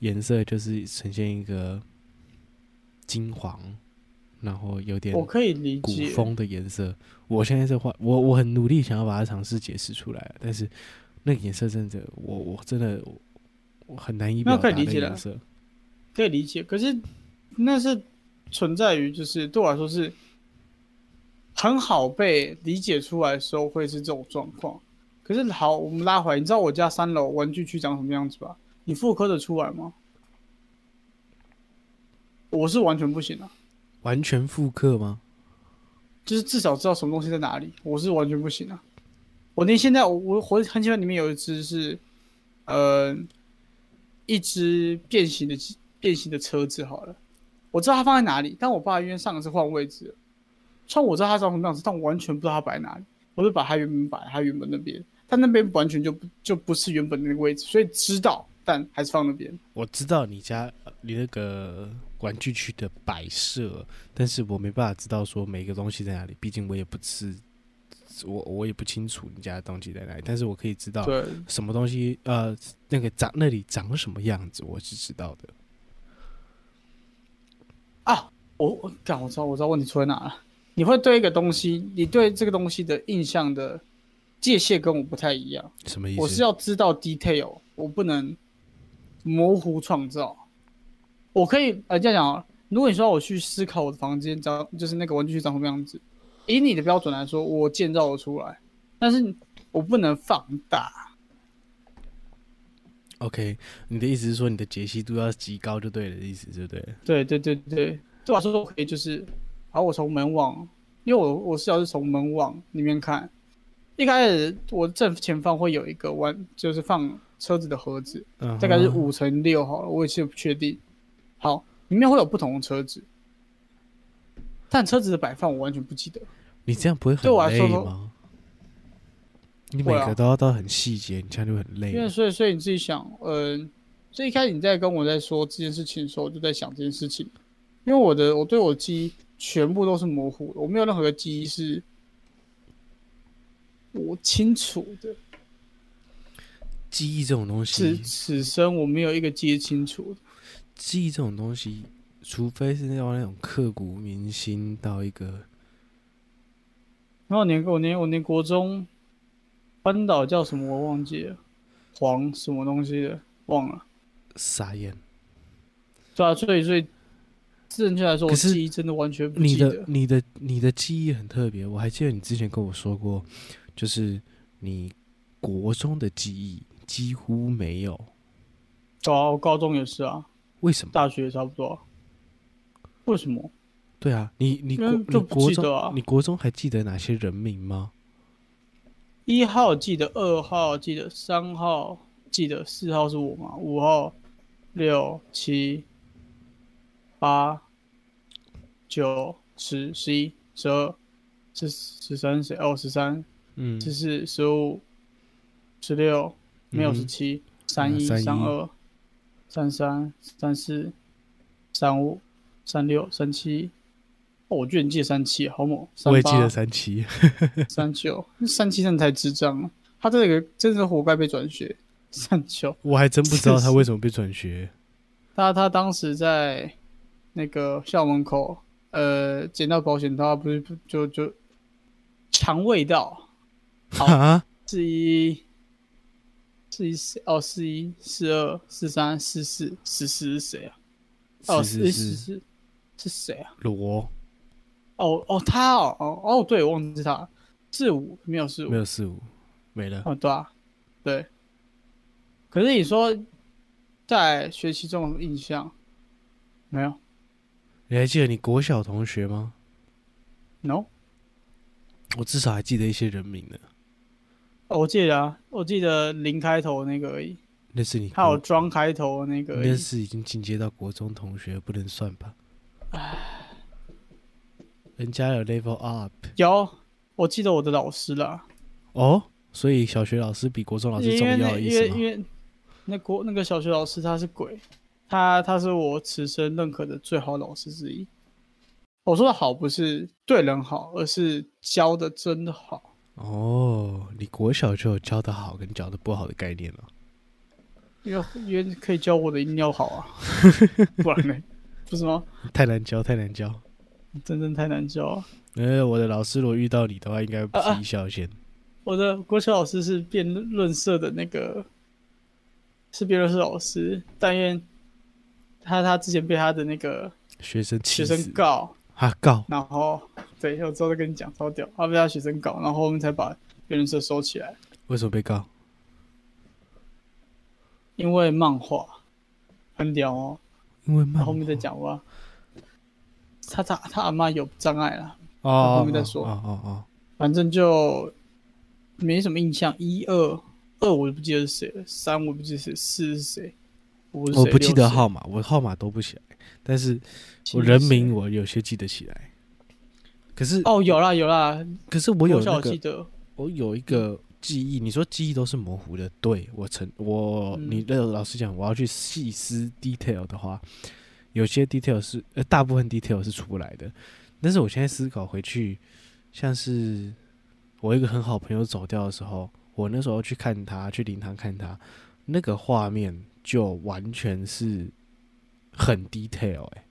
[SPEAKER 1] 颜色就是呈现一个金黄，然后有点
[SPEAKER 2] 我可以理
[SPEAKER 1] 古
[SPEAKER 2] 解，
[SPEAKER 1] 风的颜色。我现在在画，我我很努力想要把它尝试解释出来，啊但是那个颜色真的，我我真的我我很难以
[SPEAKER 2] 那
[SPEAKER 1] 表
[SPEAKER 2] 我可
[SPEAKER 1] 达
[SPEAKER 2] 以
[SPEAKER 1] 那
[SPEAKER 2] 理
[SPEAKER 1] 个
[SPEAKER 2] 解了
[SPEAKER 1] 颜色。
[SPEAKER 2] 可以理解。可是那是存在于，就是对我来说是很好被理解出来的时候会是这种状况。可是好，我们拉回来，你知道我家三楼玩具区长什么样子吧？你复刻的出来吗？我是完全不行啊。
[SPEAKER 1] 完全复刻吗？
[SPEAKER 2] 就是至少知道什么东西在哪里。我是完全不行啊！我连现在我我我很喜欢里面有一只是，呃，一只变形的机变形的车子好了，我知道它放在哪里，但我爸因为上一次换位置了，虽然我知道它长什么样子，但我完全不知道它摆在哪里。我就把它原本摆在它原本那边，但那边完全就不就不是原本那个位置，所以知道，但还是放那边。
[SPEAKER 1] 我知道你家呃你那个玩具区的摆设，但是我没办法知道说每个东西在哪里，毕竟我也不是，我我也不清楚你家的东西在哪里，但是我可以知道
[SPEAKER 2] 对，
[SPEAKER 1] 什么东西，呃，那个长那里长什么样子，我是知道的。
[SPEAKER 2] 啊，我我感我知道我知道问题出在哪了。你会对一个东西，你对这个东西的印象的界限跟我不太一样。
[SPEAKER 1] 什么意思？
[SPEAKER 2] 我是要知道 detail，我不能模糊创造。我可以呃这样讲哦，如果你说我去思考我的房间长，就是那个玩具区长什么样子，以你的标准来说，我建造得出来，但是我不能放大。
[SPEAKER 1] OK，你的意思是说你的解析度要极高就对了，意思对不对？
[SPEAKER 2] 对对对对，对我来说我可以就是，好，我从门往，因为我我视角是从门往里面看，一开始我正前方会有一个弯，就是放车子的盒子，
[SPEAKER 1] 嗯，
[SPEAKER 2] 大概是。五乘六好了，我也是不确定。好，里面会有不同的车子，但车子的摆放我完全不记得。
[SPEAKER 1] 你这样不会很
[SPEAKER 2] 对我来
[SPEAKER 1] 累
[SPEAKER 2] 说
[SPEAKER 1] 吗？你每
[SPEAKER 2] 会啊
[SPEAKER 1] 个都要到很细节，你这样就很累
[SPEAKER 2] 因为
[SPEAKER 1] 了。
[SPEAKER 2] 所以所以你自己想，嗯、所以一开始你在跟我在说这件事情的时候，我就在想这件事情，因为我的我对我的记忆全部都是模糊的，我没有任何的记忆是我清楚的，
[SPEAKER 1] 记忆这种东
[SPEAKER 2] 此
[SPEAKER 1] 西，
[SPEAKER 2] 此生我没有一个记忆清楚的。
[SPEAKER 1] 记忆这种东西，除非是那种那种刻骨铭心到一个
[SPEAKER 2] 然后我年我年我年国中，班导叫什么我忘记了，黄什么东西的忘了，
[SPEAKER 1] 傻眼。
[SPEAKER 2] 对啊，所以所以正确来说，我
[SPEAKER 1] 可是
[SPEAKER 2] 记忆真的完全不
[SPEAKER 1] 你
[SPEAKER 2] 记得。
[SPEAKER 1] 的你的你的记忆很特别，我还记得你之前跟我说过，就是你国中的记忆几乎没有，
[SPEAKER 2] 对啊，我高中也是啊，
[SPEAKER 1] 为什么？
[SPEAKER 2] 大学也差不多啊。为什么？
[SPEAKER 1] 对啊，你你国
[SPEAKER 2] 那
[SPEAKER 1] 你
[SPEAKER 2] 就不
[SPEAKER 1] 国
[SPEAKER 2] 记得啊
[SPEAKER 1] 中你国中还记得哪些人名吗？
[SPEAKER 2] 一号记得，二号记得，三号记得，四号是我嘛？五号、六、七、八、九、十、十一、十二、十十三、十哦十三、
[SPEAKER 1] 嗯，
[SPEAKER 2] 十四、十五、十六，没有
[SPEAKER 1] 嗯哼
[SPEAKER 2] 十七、三一、
[SPEAKER 1] 31
[SPEAKER 2] 三二、三三、三四、三五、三六、三七。哦，我居然记得三七，好猛！
[SPEAKER 1] 我也记得
[SPEAKER 2] 38
[SPEAKER 1] 三七，
[SPEAKER 2] 三九，三七真的太智障了，他这个真是活该被转学。 [laughs] 三九，
[SPEAKER 1] 我还真不知道他
[SPEAKER 2] 是
[SPEAKER 1] 为什么被转学。
[SPEAKER 2] 他他当时在那个校门口，呃，捡到保险套，不是不就就肠胃道，好
[SPEAKER 1] 啊，
[SPEAKER 2] 四一，四一四哦，四一四二四三四四四四是谁啊？哦，
[SPEAKER 1] 是
[SPEAKER 2] 四
[SPEAKER 1] 是
[SPEAKER 2] 四
[SPEAKER 1] 是，
[SPEAKER 2] 是是谁啊？
[SPEAKER 1] 罗
[SPEAKER 2] 哦哦，他哦哦哦，对，我忘记他了，四五没有四五
[SPEAKER 1] 没，有四五没了，
[SPEAKER 2] [laughs] 哦，对啊，对。可是你说在学习中有印象没有
[SPEAKER 1] 你还记得你国小同学吗？
[SPEAKER 2] ？No，
[SPEAKER 1] 我至少还记得一些人名呢。
[SPEAKER 2] 哦，我记得啊，我记得零开头那个而已，
[SPEAKER 1] 那是你
[SPEAKER 2] 还有
[SPEAKER 1] 国，
[SPEAKER 2] 庄开头那个而
[SPEAKER 1] 那
[SPEAKER 2] 已。
[SPEAKER 1] 嗯是已经进阶到国中同学，不能算吧？人家有 level up
[SPEAKER 2] 有，我记得我的老师啦，
[SPEAKER 1] 哦，所以小学老师比国中老师
[SPEAKER 2] 因
[SPEAKER 1] 重
[SPEAKER 2] 为
[SPEAKER 1] 要
[SPEAKER 2] 那
[SPEAKER 1] 的意
[SPEAKER 2] 因为
[SPEAKER 1] 思
[SPEAKER 2] 因
[SPEAKER 1] 吗？
[SPEAKER 2] 为那国那个小学老师他是鬼，他他是我此生认可的最好老师之一。我说的好不是对人好，而是教的真的好。
[SPEAKER 1] 哦，你国小就有教的好跟教的不好的概念了。
[SPEAKER 2] 因为因为可以教我的音要好
[SPEAKER 1] [laughs]
[SPEAKER 2] 啊，不然呢？不是吗？
[SPEAKER 1] 太难教，太难教。
[SPEAKER 2] 真正太难教啊！
[SPEAKER 1] 呃，我的老师如果遇到你的话，应该
[SPEAKER 2] 啊啊
[SPEAKER 1] 皮笑先。
[SPEAKER 2] 我的国学老师是辩论社的那个，是辩论社老师，但愿他他之前被他的那个
[SPEAKER 1] 学生气
[SPEAKER 2] 学
[SPEAKER 1] 死
[SPEAKER 2] 生告，
[SPEAKER 1] 啊告
[SPEAKER 2] 然后对，我之后再跟你讲，超屌，他被他学生告，然后我们才把辩论社收起来，
[SPEAKER 1] 为什么被告？
[SPEAKER 2] 因为漫画很屌哦，
[SPEAKER 1] 因为
[SPEAKER 2] 然
[SPEAKER 1] 漫
[SPEAKER 2] 后后面再讲吧。他他他阿妈有障碍啦，
[SPEAKER 1] 哦，
[SPEAKER 2] 后面再说
[SPEAKER 1] 哦哦哦，
[SPEAKER 2] 反正就没什么印象。一二二我就不记得是谁了，三我不记得是谁，四是谁，五是谁
[SPEAKER 1] 我不记
[SPEAKER 2] 六
[SPEAKER 1] 得
[SPEAKER 2] 是谁
[SPEAKER 1] 号码，我号码都不起来，但是
[SPEAKER 2] 七
[SPEAKER 1] 我
[SPEAKER 2] 是
[SPEAKER 1] 人名
[SPEAKER 2] 谁
[SPEAKER 1] 我有些记得起来。可是
[SPEAKER 2] 哦，有啦有啦，
[SPEAKER 1] 可是我有
[SPEAKER 2] 小
[SPEAKER 1] 那
[SPEAKER 2] 我
[SPEAKER 1] 个
[SPEAKER 2] 记得
[SPEAKER 1] 我有一个记忆，你说记忆都是模糊的，对我承我、
[SPEAKER 2] 嗯
[SPEAKER 1] 你那个老师讲，我要去细思 detail 的话，有些 detail 是呃大部分 detail 是出不来的，但是我现在思考回去，像是我一个很好朋友走掉的时候，我那时候去看他，去灵堂看他，那个画面就完全是很 detail 哎、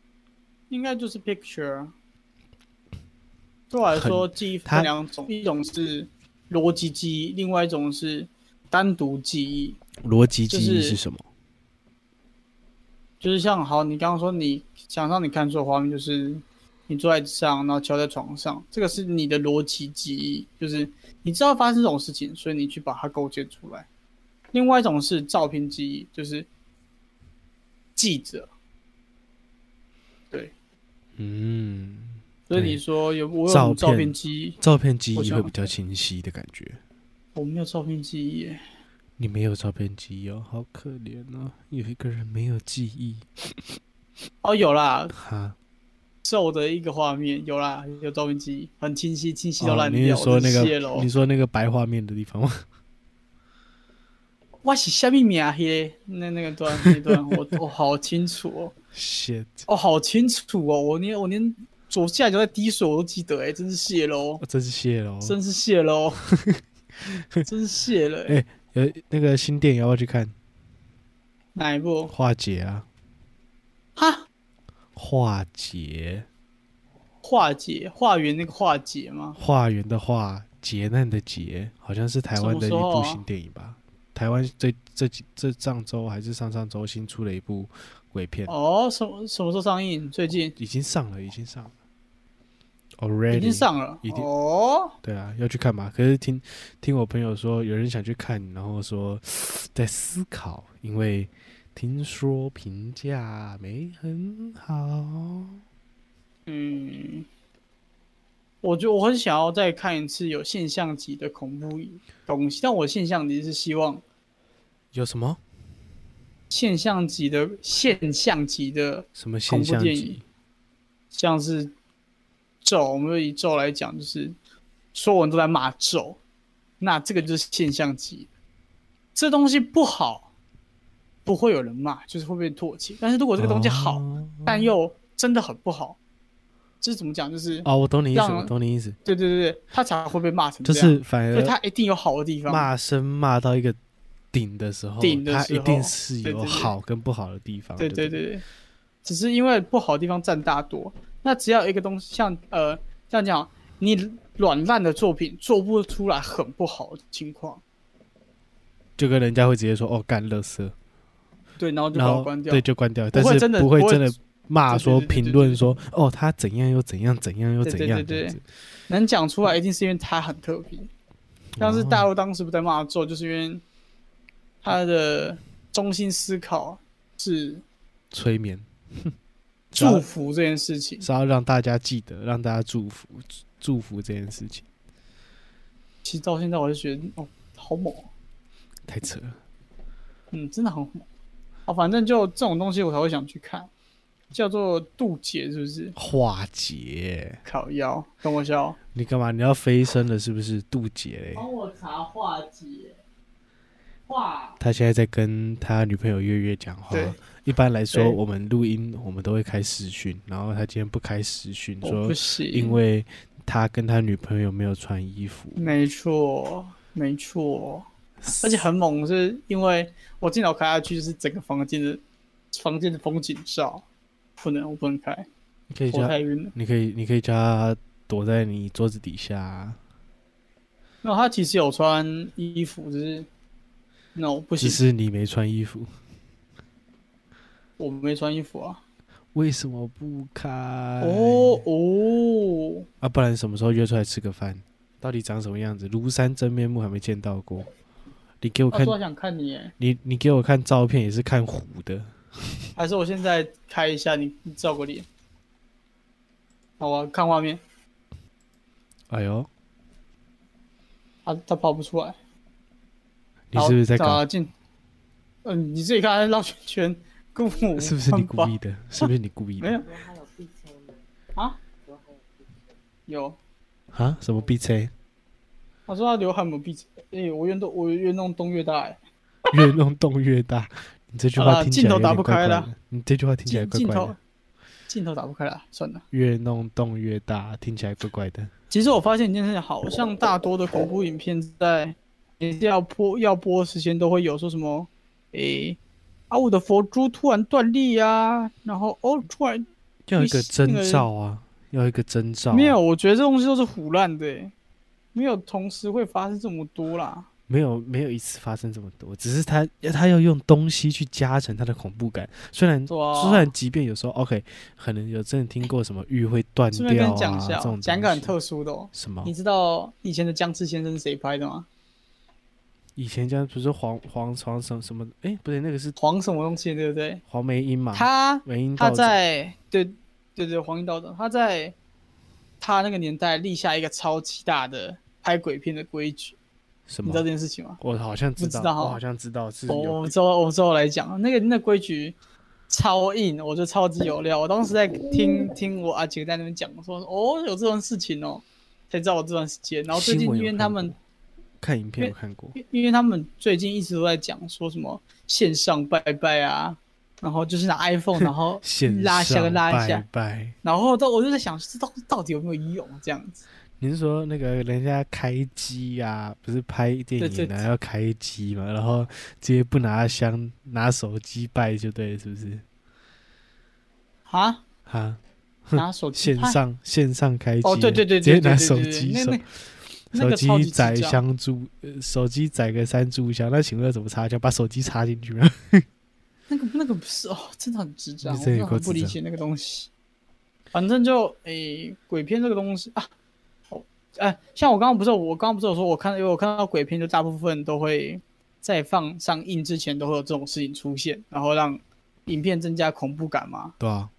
[SPEAKER 2] 应该就是 picture。对我来说，记忆
[SPEAKER 1] 他
[SPEAKER 2] 分两种，一种是逻辑记忆，另外一种是单独记忆，
[SPEAKER 1] 逻辑
[SPEAKER 2] 就
[SPEAKER 1] 记忆
[SPEAKER 2] 是
[SPEAKER 1] 是什么？
[SPEAKER 2] 就是像好，你刚刚说你想让你看出的画面就是你坐在地上，然后敲在床上，这个是你的逻辑记忆，就是你知道发生这种事情，所以你去把它构建出来。另外一种是照片记忆，就是记着。对，
[SPEAKER 1] 嗯，
[SPEAKER 2] 所以
[SPEAKER 1] 对
[SPEAKER 2] 你说有我有
[SPEAKER 1] 照
[SPEAKER 2] 照
[SPEAKER 1] 片
[SPEAKER 2] 片记忆，
[SPEAKER 1] 照片记
[SPEAKER 2] 我
[SPEAKER 1] 忆
[SPEAKER 2] 想
[SPEAKER 1] 会比较清晰的感觉。
[SPEAKER 2] 我没有照片记忆耶。
[SPEAKER 1] 你没有照片记忆哦，好可怜哦，有一个人没有记忆
[SPEAKER 2] 哦，有啦，
[SPEAKER 1] 哈。
[SPEAKER 2] 瘦的一个画面，有啦，有照片记忆，很清晰，清晰到
[SPEAKER 1] 哦
[SPEAKER 2] 烂
[SPEAKER 1] 你
[SPEAKER 2] 掉。
[SPEAKER 1] 是说那
[SPEAKER 2] 我真的谢了
[SPEAKER 1] 个你说那个白画面的地方吗？ [laughs]
[SPEAKER 2] 我是虾米名嘿？那那个段那段我我好清楚哦，
[SPEAKER 1] shit，
[SPEAKER 2] 哦好清楚哦，我连我连左下角在滴水我都记得哎、真是谢喽，
[SPEAKER 1] 我真是谢了哦。
[SPEAKER 2] 真是谢喽，
[SPEAKER 1] [laughs]
[SPEAKER 2] 真是谢了、欸。
[SPEAKER 1] 哎呃，那个新电影要不要去看？
[SPEAKER 2] 哪一部？
[SPEAKER 1] 化解啊，
[SPEAKER 2] 哈，
[SPEAKER 1] 化解，
[SPEAKER 2] 化解化缘那个化解吗？
[SPEAKER 1] 化缘的化，劫难的劫，好像是台湾的一
[SPEAKER 2] 什么时候
[SPEAKER 1] 部
[SPEAKER 2] 啊
[SPEAKER 1] 新电影吧？台湾这这几这上周还是上上周新出了一部鬼片，
[SPEAKER 2] 哦，什么什么时候上映？最近
[SPEAKER 1] 已经上了，已经上了，already
[SPEAKER 2] 已经上了
[SPEAKER 1] 已。经
[SPEAKER 2] 哦，
[SPEAKER 1] 对啊，要去看嘛。可是听听我朋友说，有人想去看，然后说在思考，因为听说评价没很好。
[SPEAKER 2] 嗯，我就我很想要再看一次有现象级的恐怖东西，但我现象级是希望。
[SPEAKER 1] 有什么
[SPEAKER 2] 现象级的现象级的，
[SPEAKER 1] 什么现
[SPEAKER 2] 恐怖
[SPEAKER 1] 象
[SPEAKER 2] 电
[SPEAKER 1] 级
[SPEAKER 2] 影？像是咒，我们就以咒来讲，就是所有人都在骂咒，那这个就是现象级。这东西不好，不会有人骂，就是会被唾弃。但是如果这个东西好，
[SPEAKER 1] 哦
[SPEAKER 2] 但又真的很不好，这是怎么讲？就是、
[SPEAKER 1] 哦，我懂你意思，
[SPEAKER 2] 让
[SPEAKER 1] 我懂你意思，
[SPEAKER 2] 对对对对，它才会被骂成
[SPEAKER 1] 就
[SPEAKER 2] 这样。
[SPEAKER 1] 是反
[SPEAKER 2] 所以
[SPEAKER 1] 而
[SPEAKER 2] 它一定有好的地方。
[SPEAKER 1] 骂声骂到一个顶的时候，
[SPEAKER 2] 顶的
[SPEAKER 1] 它
[SPEAKER 2] 时
[SPEAKER 1] 一定
[SPEAKER 2] 候
[SPEAKER 1] 是
[SPEAKER 2] 对
[SPEAKER 1] 有
[SPEAKER 2] 对对
[SPEAKER 1] 好跟不好的地方。
[SPEAKER 2] 对
[SPEAKER 1] 啊对
[SPEAKER 2] 对，对对，只是因为不好的地方占大多。那只要一个东西，像呃，这样讲，你软烂的作品做不出来很不好的情况，
[SPEAKER 1] 就跟人家会直接说哦干乐色，
[SPEAKER 2] 对，然后就
[SPEAKER 1] 然
[SPEAKER 2] 把我
[SPEAKER 1] 后
[SPEAKER 2] 关掉。
[SPEAKER 1] 对就关掉，
[SPEAKER 2] 不
[SPEAKER 1] 但
[SPEAKER 2] 会
[SPEAKER 1] 是
[SPEAKER 2] 真的
[SPEAKER 1] 不会
[SPEAKER 2] 不会
[SPEAKER 1] 真的骂
[SPEAKER 2] 对对
[SPEAKER 1] 说
[SPEAKER 2] 对对
[SPEAKER 1] 评
[SPEAKER 2] 对
[SPEAKER 1] 论
[SPEAKER 2] 对
[SPEAKER 1] 说哦他怎样又怎样怎样又
[SPEAKER 2] 对
[SPEAKER 1] 怎
[SPEAKER 2] 对
[SPEAKER 1] 样
[SPEAKER 2] 对
[SPEAKER 1] 这样
[SPEAKER 2] 对
[SPEAKER 1] 子。
[SPEAKER 2] 能讲出来一定是因为他很特别。像
[SPEAKER 1] 哦
[SPEAKER 2] 是大陆当时不在骂做，就是因为他的中心思考是
[SPEAKER 1] 催眠，主要
[SPEAKER 2] 祝福这件事情。
[SPEAKER 1] 是要让大家记得，让大家祝福祝福这件事情，
[SPEAKER 2] 其实到现在我就觉得，哦，好猛哦，
[SPEAKER 1] 太扯了。
[SPEAKER 2] 嗯，真的很猛。哦，反正就这种东西我才会想去看，叫做渡劫，是不是？
[SPEAKER 1] 化解，
[SPEAKER 2] 烤腰，等我一下哦。
[SPEAKER 1] 你干嘛？你要飞升了是不是？渡劫嘞？
[SPEAKER 2] 我查化解，化
[SPEAKER 1] 他现在在跟他女朋友月月讲话
[SPEAKER 2] 对。
[SPEAKER 1] 一般来说，
[SPEAKER 2] 对
[SPEAKER 1] 我们录音我们都会开视讯，然后他今天不开视讯，
[SPEAKER 2] 我
[SPEAKER 1] 说
[SPEAKER 2] 哦不行，
[SPEAKER 1] 因为他跟他女朋友没有穿衣服，
[SPEAKER 2] 没错没错，而且很猛，是因为我电脑开下去就是整个房间的房间的风景照，不能我不能开，
[SPEAKER 1] 你可以
[SPEAKER 2] 我
[SPEAKER 1] 叫
[SPEAKER 2] 太晕了。
[SPEAKER 1] 你可以你可以叫他躲在你桌子底下啊，
[SPEAKER 2] 那他其实有穿衣服，只是 no 不
[SPEAKER 1] 只
[SPEAKER 2] 行，
[SPEAKER 1] 是你没穿衣服。
[SPEAKER 2] 我没穿衣服啊。
[SPEAKER 1] 为什么不开？
[SPEAKER 2] 哦哦，
[SPEAKER 1] 啊，不然什么时候约出来吃个饭？到底长什么样子？庐山真面目还没见到过。你给我
[SPEAKER 2] 他
[SPEAKER 1] 看，
[SPEAKER 2] 说他想看你耶，
[SPEAKER 1] 你你给我看照片也是看糊的。
[SPEAKER 2] 还是我现在开一下，你你照个脸。好啊，看画面，
[SPEAKER 1] 哎呦，
[SPEAKER 2] 他他跑不出来。
[SPEAKER 1] 你是不是在
[SPEAKER 2] 好
[SPEAKER 1] 搞？
[SPEAKER 2] 打进？嗯、你自己看他绕圈圈，跟我
[SPEAKER 1] 是不是你故
[SPEAKER 2] 无关吧
[SPEAKER 1] 意
[SPEAKER 2] [laughs]
[SPEAKER 1] 的？是不是你故意
[SPEAKER 2] 没
[SPEAKER 1] 的？
[SPEAKER 2] 有啊？有，
[SPEAKER 1] 啊？什么 B C？
[SPEAKER 2] 他说他流汗没有闭嘴。哎、我越弄我越弄洞越大、欸，
[SPEAKER 1] 越弄洞越大。你这句
[SPEAKER 2] 好
[SPEAKER 1] 话
[SPEAKER 2] 啦
[SPEAKER 1] 听起来有
[SPEAKER 2] 镜头打
[SPEAKER 1] 点
[SPEAKER 2] 不
[SPEAKER 1] 怪怪
[SPEAKER 2] 开啦
[SPEAKER 1] 的。你这句话听起来
[SPEAKER 2] 镜
[SPEAKER 1] 怪
[SPEAKER 2] 镜
[SPEAKER 1] 怪
[SPEAKER 2] 头
[SPEAKER 1] 的。
[SPEAKER 2] 镜头打不开了，算了。
[SPEAKER 1] 越弄洞越大，听起来怪怪的。
[SPEAKER 2] 其实我发现一件事情，好像大多的恐怖影片在每次要播要播的时间都会有说什么，诶、啊我的佛珠突然断裂啊，然后哦突然
[SPEAKER 1] 要有一个
[SPEAKER 2] 你那
[SPEAKER 1] 征
[SPEAKER 2] 个
[SPEAKER 1] 兆啊，要有一个征兆啊。
[SPEAKER 2] 没有，我觉得这东西都是胡乱的、欸，没有同时会发生这么多啦。
[SPEAKER 1] 没有没有一次发生这么多，只是他他要用东西去加成他的恐怖感。虽然
[SPEAKER 2] 对啊
[SPEAKER 1] 虽然即便有时候 OK，可能有真的听过什么玉会断
[SPEAKER 2] 顺便跟
[SPEAKER 1] 掉
[SPEAKER 2] 你讲一
[SPEAKER 1] 啊
[SPEAKER 2] 下
[SPEAKER 1] 这
[SPEAKER 2] 哦
[SPEAKER 1] 种，
[SPEAKER 2] 讲一个
[SPEAKER 1] 东
[SPEAKER 2] 很
[SPEAKER 1] 西
[SPEAKER 2] 特殊的哦。
[SPEAKER 1] 什么
[SPEAKER 2] 你，知道以前的僵尸先生是谁拍的吗？
[SPEAKER 1] 以前这样不是黄黄床什么什么？哎，不对，那个是
[SPEAKER 2] 黄什么东西，对不对？
[SPEAKER 1] 啊黄梅英嘛？
[SPEAKER 2] 他
[SPEAKER 1] 梅英
[SPEAKER 2] 他
[SPEAKER 1] 道长
[SPEAKER 2] 在对对对黄英道长，他在他那个年代立下一个超级大的拍鬼片的规矩，
[SPEAKER 1] 什
[SPEAKER 2] 你
[SPEAKER 1] 么
[SPEAKER 2] 知道？这件事情吗？
[SPEAKER 1] 我好像知
[SPEAKER 2] 不知
[SPEAKER 1] 道，
[SPEAKER 2] 道
[SPEAKER 1] 我
[SPEAKER 2] 哦
[SPEAKER 1] 好像知道是
[SPEAKER 2] 我
[SPEAKER 1] 有
[SPEAKER 2] 我们之后我们之后来讲，啊那个那规矩超硬，我觉得超级有料。我当时在听听我阿姐在那边讲说，哦，有这种事情哦，才知道有这段时间。然后最
[SPEAKER 1] 新
[SPEAKER 2] 近
[SPEAKER 1] 闻
[SPEAKER 2] 因
[SPEAKER 1] 有
[SPEAKER 2] 为
[SPEAKER 1] 看
[SPEAKER 2] 他们
[SPEAKER 1] 过看影片
[SPEAKER 2] 因为
[SPEAKER 1] 有看过，
[SPEAKER 2] 因因为他们最近一直都在讲说什么线上拜拜啊，然后就是拿 iPhone，然
[SPEAKER 1] [laughs]
[SPEAKER 2] 后
[SPEAKER 1] 线
[SPEAKER 2] 拉一下
[SPEAKER 1] 上
[SPEAKER 2] 跟拉一
[SPEAKER 1] 拜
[SPEAKER 2] 下，
[SPEAKER 1] 拜。
[SPEAKER 2] 然后到我就在想，这到到底有没有用这样子？
[SPEAKER 1] 你是说那个人家开机啊，不是拍电
[SPEAKER 2] 对对
[SPEAKER 1] 影啊，要开机嘛，然后直接不拿香，拿手机拜就对了，是不是？
[SPEAKER 2] 啊，
[SPEAKER 1] 哈，
[SPEAKER 2] 拿手机
[SPEAKER 1] 线
[SPEAKER 2] 拍
[SPEAKER 1] 上线上开机啊，
[SPEAKER 2] 哦，对对对
[SPEAKER 1] 直接
[SPEAKER 2] 对
[SPEAKER 1] 拿
[SPEAKER 2] 对
[SPEAKER 1] 手
[SPEAKER 2] 对对，
[SPEAKER 1] 机
[SPEAKER 2] 那
[SPEAKER 1] 手
[SPEAKER 2] 那那
[SPEAKER 1] 手
[SPEAKER 2] 个超
[SPEAKER 1] 机
[SPEAKER 2] 级
[SPEAKER 1] 载
[SPEAKER 2] 智障。
[SPEAKER 1] 香珠，呃手机载个三炷香，那请问要怎么插香？把手机插进去吗？
[SPEAKER 2] 那个那个不是哦，真的很智障，
[SPEAKER 1] 你
[SPEAKER 2] 我
[SPEAKER 1] 真
[SPEAKER 2] 真
[SPEAKER 1] 的
[SPEAKER 2] 的
[SPEAKER 1] 够
[SPEAKER 2] 很不
[SPEAKER 1] 智
[SPEAKER 2] 理
[SPEAKER 1] 障
[SPEAKER 2] 解那个东西。反正就诶、鬼片这个东西啊，哦，哎、像我刚刚不是有我刚刚不是有说，我看因为我看到鬼片，就大部分都会在放上映之前都会有这种事情出现，然后让影片增加恐怖感嘛。
[SPEAKER 1] [laughs] 对啊，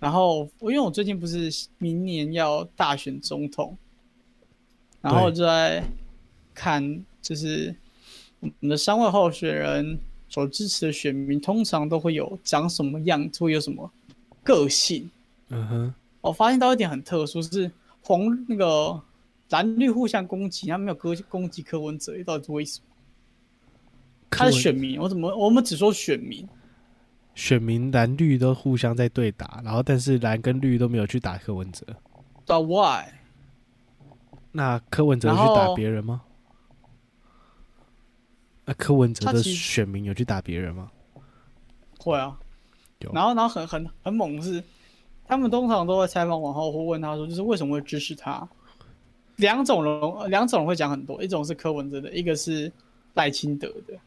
[SPEAKER 2] 然后我因为我最近不是明年要大选总统，然后就在看，就是我们的三位候选人所支持的选民，通常都会有长什么样子，会有什么个性。
[SPEAKER 1] 嗯哼，
[SPEAKER 2] 我发现到一点很特殊，是红那个蓝绿互相攻击，他没有攻攻击柯文哲，到底是为什么？他的
[SPEAKER 1] 柯文
[SPEAKER 2] 选民，我怎么我们只说选民？
[SPEAKER 1] 选民蓝绿都互相在对打，然后但是蓝跟绿都没有去打柯文哲，
[SPEAKER 2] 到啊 why？
[SPEAKER 1] 那柯文哲有
[SPEAKER 2] 然
[SPEAKER 1] 去打
[SPEAKER 2] 后
[SPEAKER 1] 别人吗？那、柯文哲
[SPEAKER 2] 他
[SPEAKER 1] 的
[SPEAKER 2] 其实
[SPEAKER 1] 选民有去打别人吗？
[SPEAKER 2] 会啊
[SPEAKER 1] 有。
[SPEAKER 2] 然后，然后很很很猛的是，他们通常都会采访完后会问他说，就是为什么会支持他？两种人，呃两种人会讲很多，一种是柯文哲的，一个是赖清德的。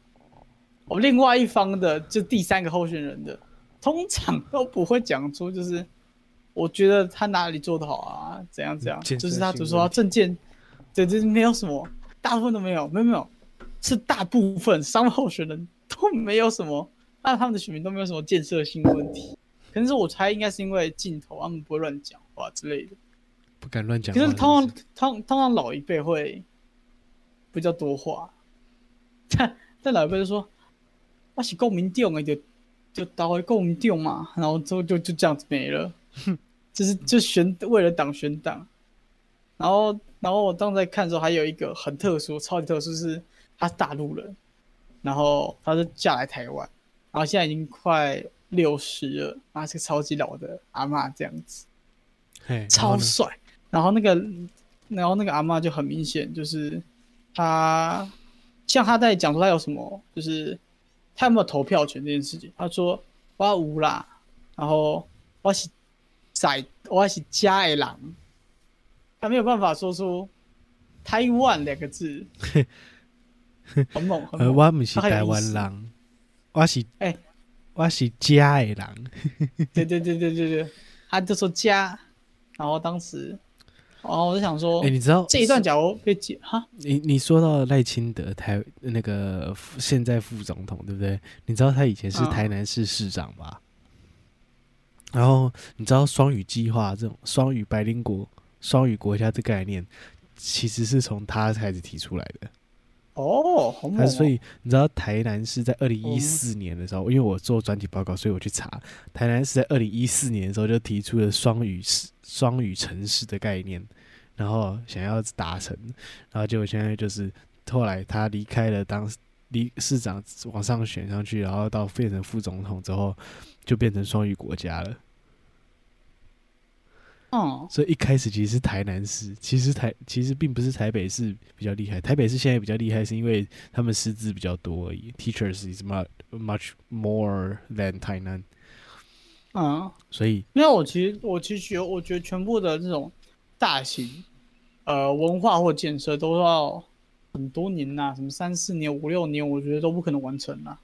[SPEAKER 2] 哦，另外一方的，就第三个候选人的，通常都不会讲出，就是我觉得他哪里做的好啊，怎样怎样，
[SPEAKER 1] 嗯建设
[SPEAKER 2] 就是他
[SPEAKER 1] 性
[SPEAKER 2] 只说
[SPEAKER 1] 问
[SPEAKER 2] 他证件，对，就是没有什么，大部分都没有，没有没有，是大部分 [laughs] 三位候选人都没有什么，那他们的选民都没有什么建设性问题。可能是我猜应该是因为镜头，他们不会乱讲话之类的。
[SPEAKER 1] 不敢乱讲话。
[SPEAKER 2] 可是
[SPEAKER 1] 不
[SPEAKER 2] 通常通通常老一辈会比较多话， [laughs] 但但老一辈就说我是共鸣定的，就就打回共鸣定嘛，然后就就就这样子
[SPEAKER 1] [laughs]
[SPEAKER 2] 没了，就是就选为了党选党，然后然后我当时在看的时候，还有一个很特殊，超级特殊是他是大陆人，然后他是嫁来台湾，然后现在已经快六十了，然后是个超级老的阿嬷这样子。
[SPEAKER 1] 嘿然后
[SPEAKER 2] 超
[SPEAKER 1] 呢
[SPEAKER 2] 帅。然后那个，然后那个阿嬷就很明显，就是她，像她在讲说她有什么，就是她有没有投票权这件事情。她说我无啦，然后我是仔，我是家的人，她没有办法说出台湾两个
[SPEAKER 1] [laughs]
[SPEAKER 2] 字，很猛很
[SPEAKER 1] 呃，
[SPEAKER 2] 猛。
[SPEAKER 1] 我不是
[SPEAKER 2] 他还有
[SPEAKER 1] 台湾
[SPEAKER 2] 意思
[SPEAKER 1] 人，我是
[SPEAKER 2] 哎
[SPEAKER 1] 我是家的人，
[SPEAKER 2] 对对对对对对， [laughs] 她就说家，然后当时，然后我就想说
[SPEAKER 1] 哎、，你知道
[SPEAKER 2] 哦这一段假如被解哈。
[SPEAKER 1] 你你说到赖清德台那个副现在副总统对不对？你知道他以前是
[SPEAKER 2] 嗯
[SPEAKER 1] 台南市市长吧？然后你知道双语计划这种双语白领国、双语国家的概念，其实是从他开始提出来的。
[SPEAKER 2] 哦，好猛、
[SPEAKER 1] 他
[SPEAKER 2] 哦！
[SPEAKER 1] 所以你知道台南是在二零一四年的时候，因为我做专题报告，所以我去查台南是在二零一四年的时候就提出了双语市双语城市的概念，然后想要达成，然后结果现在就是后来他离开了当离市长往上选上去，然后到变成副总统之后，就变成双语国家了。
[SPEAKER 2] 嗯，
[SPEAKER 1] 所以一开始其实是台南市，其实台其实并不是台北市比较厉害，台北市现在比较厉害是因为他们师资比较多而已，teachers is much much more than 台南，
[SPEAKER 2] 嗯，
[SPEAKER 1] 所以
[SPEAKER 2] 因为我其实我其实觉得我觉得全部的这种大型呃文化或建设都要很多年呐、什么三四年、五六年，我觉得都不可能完成啦。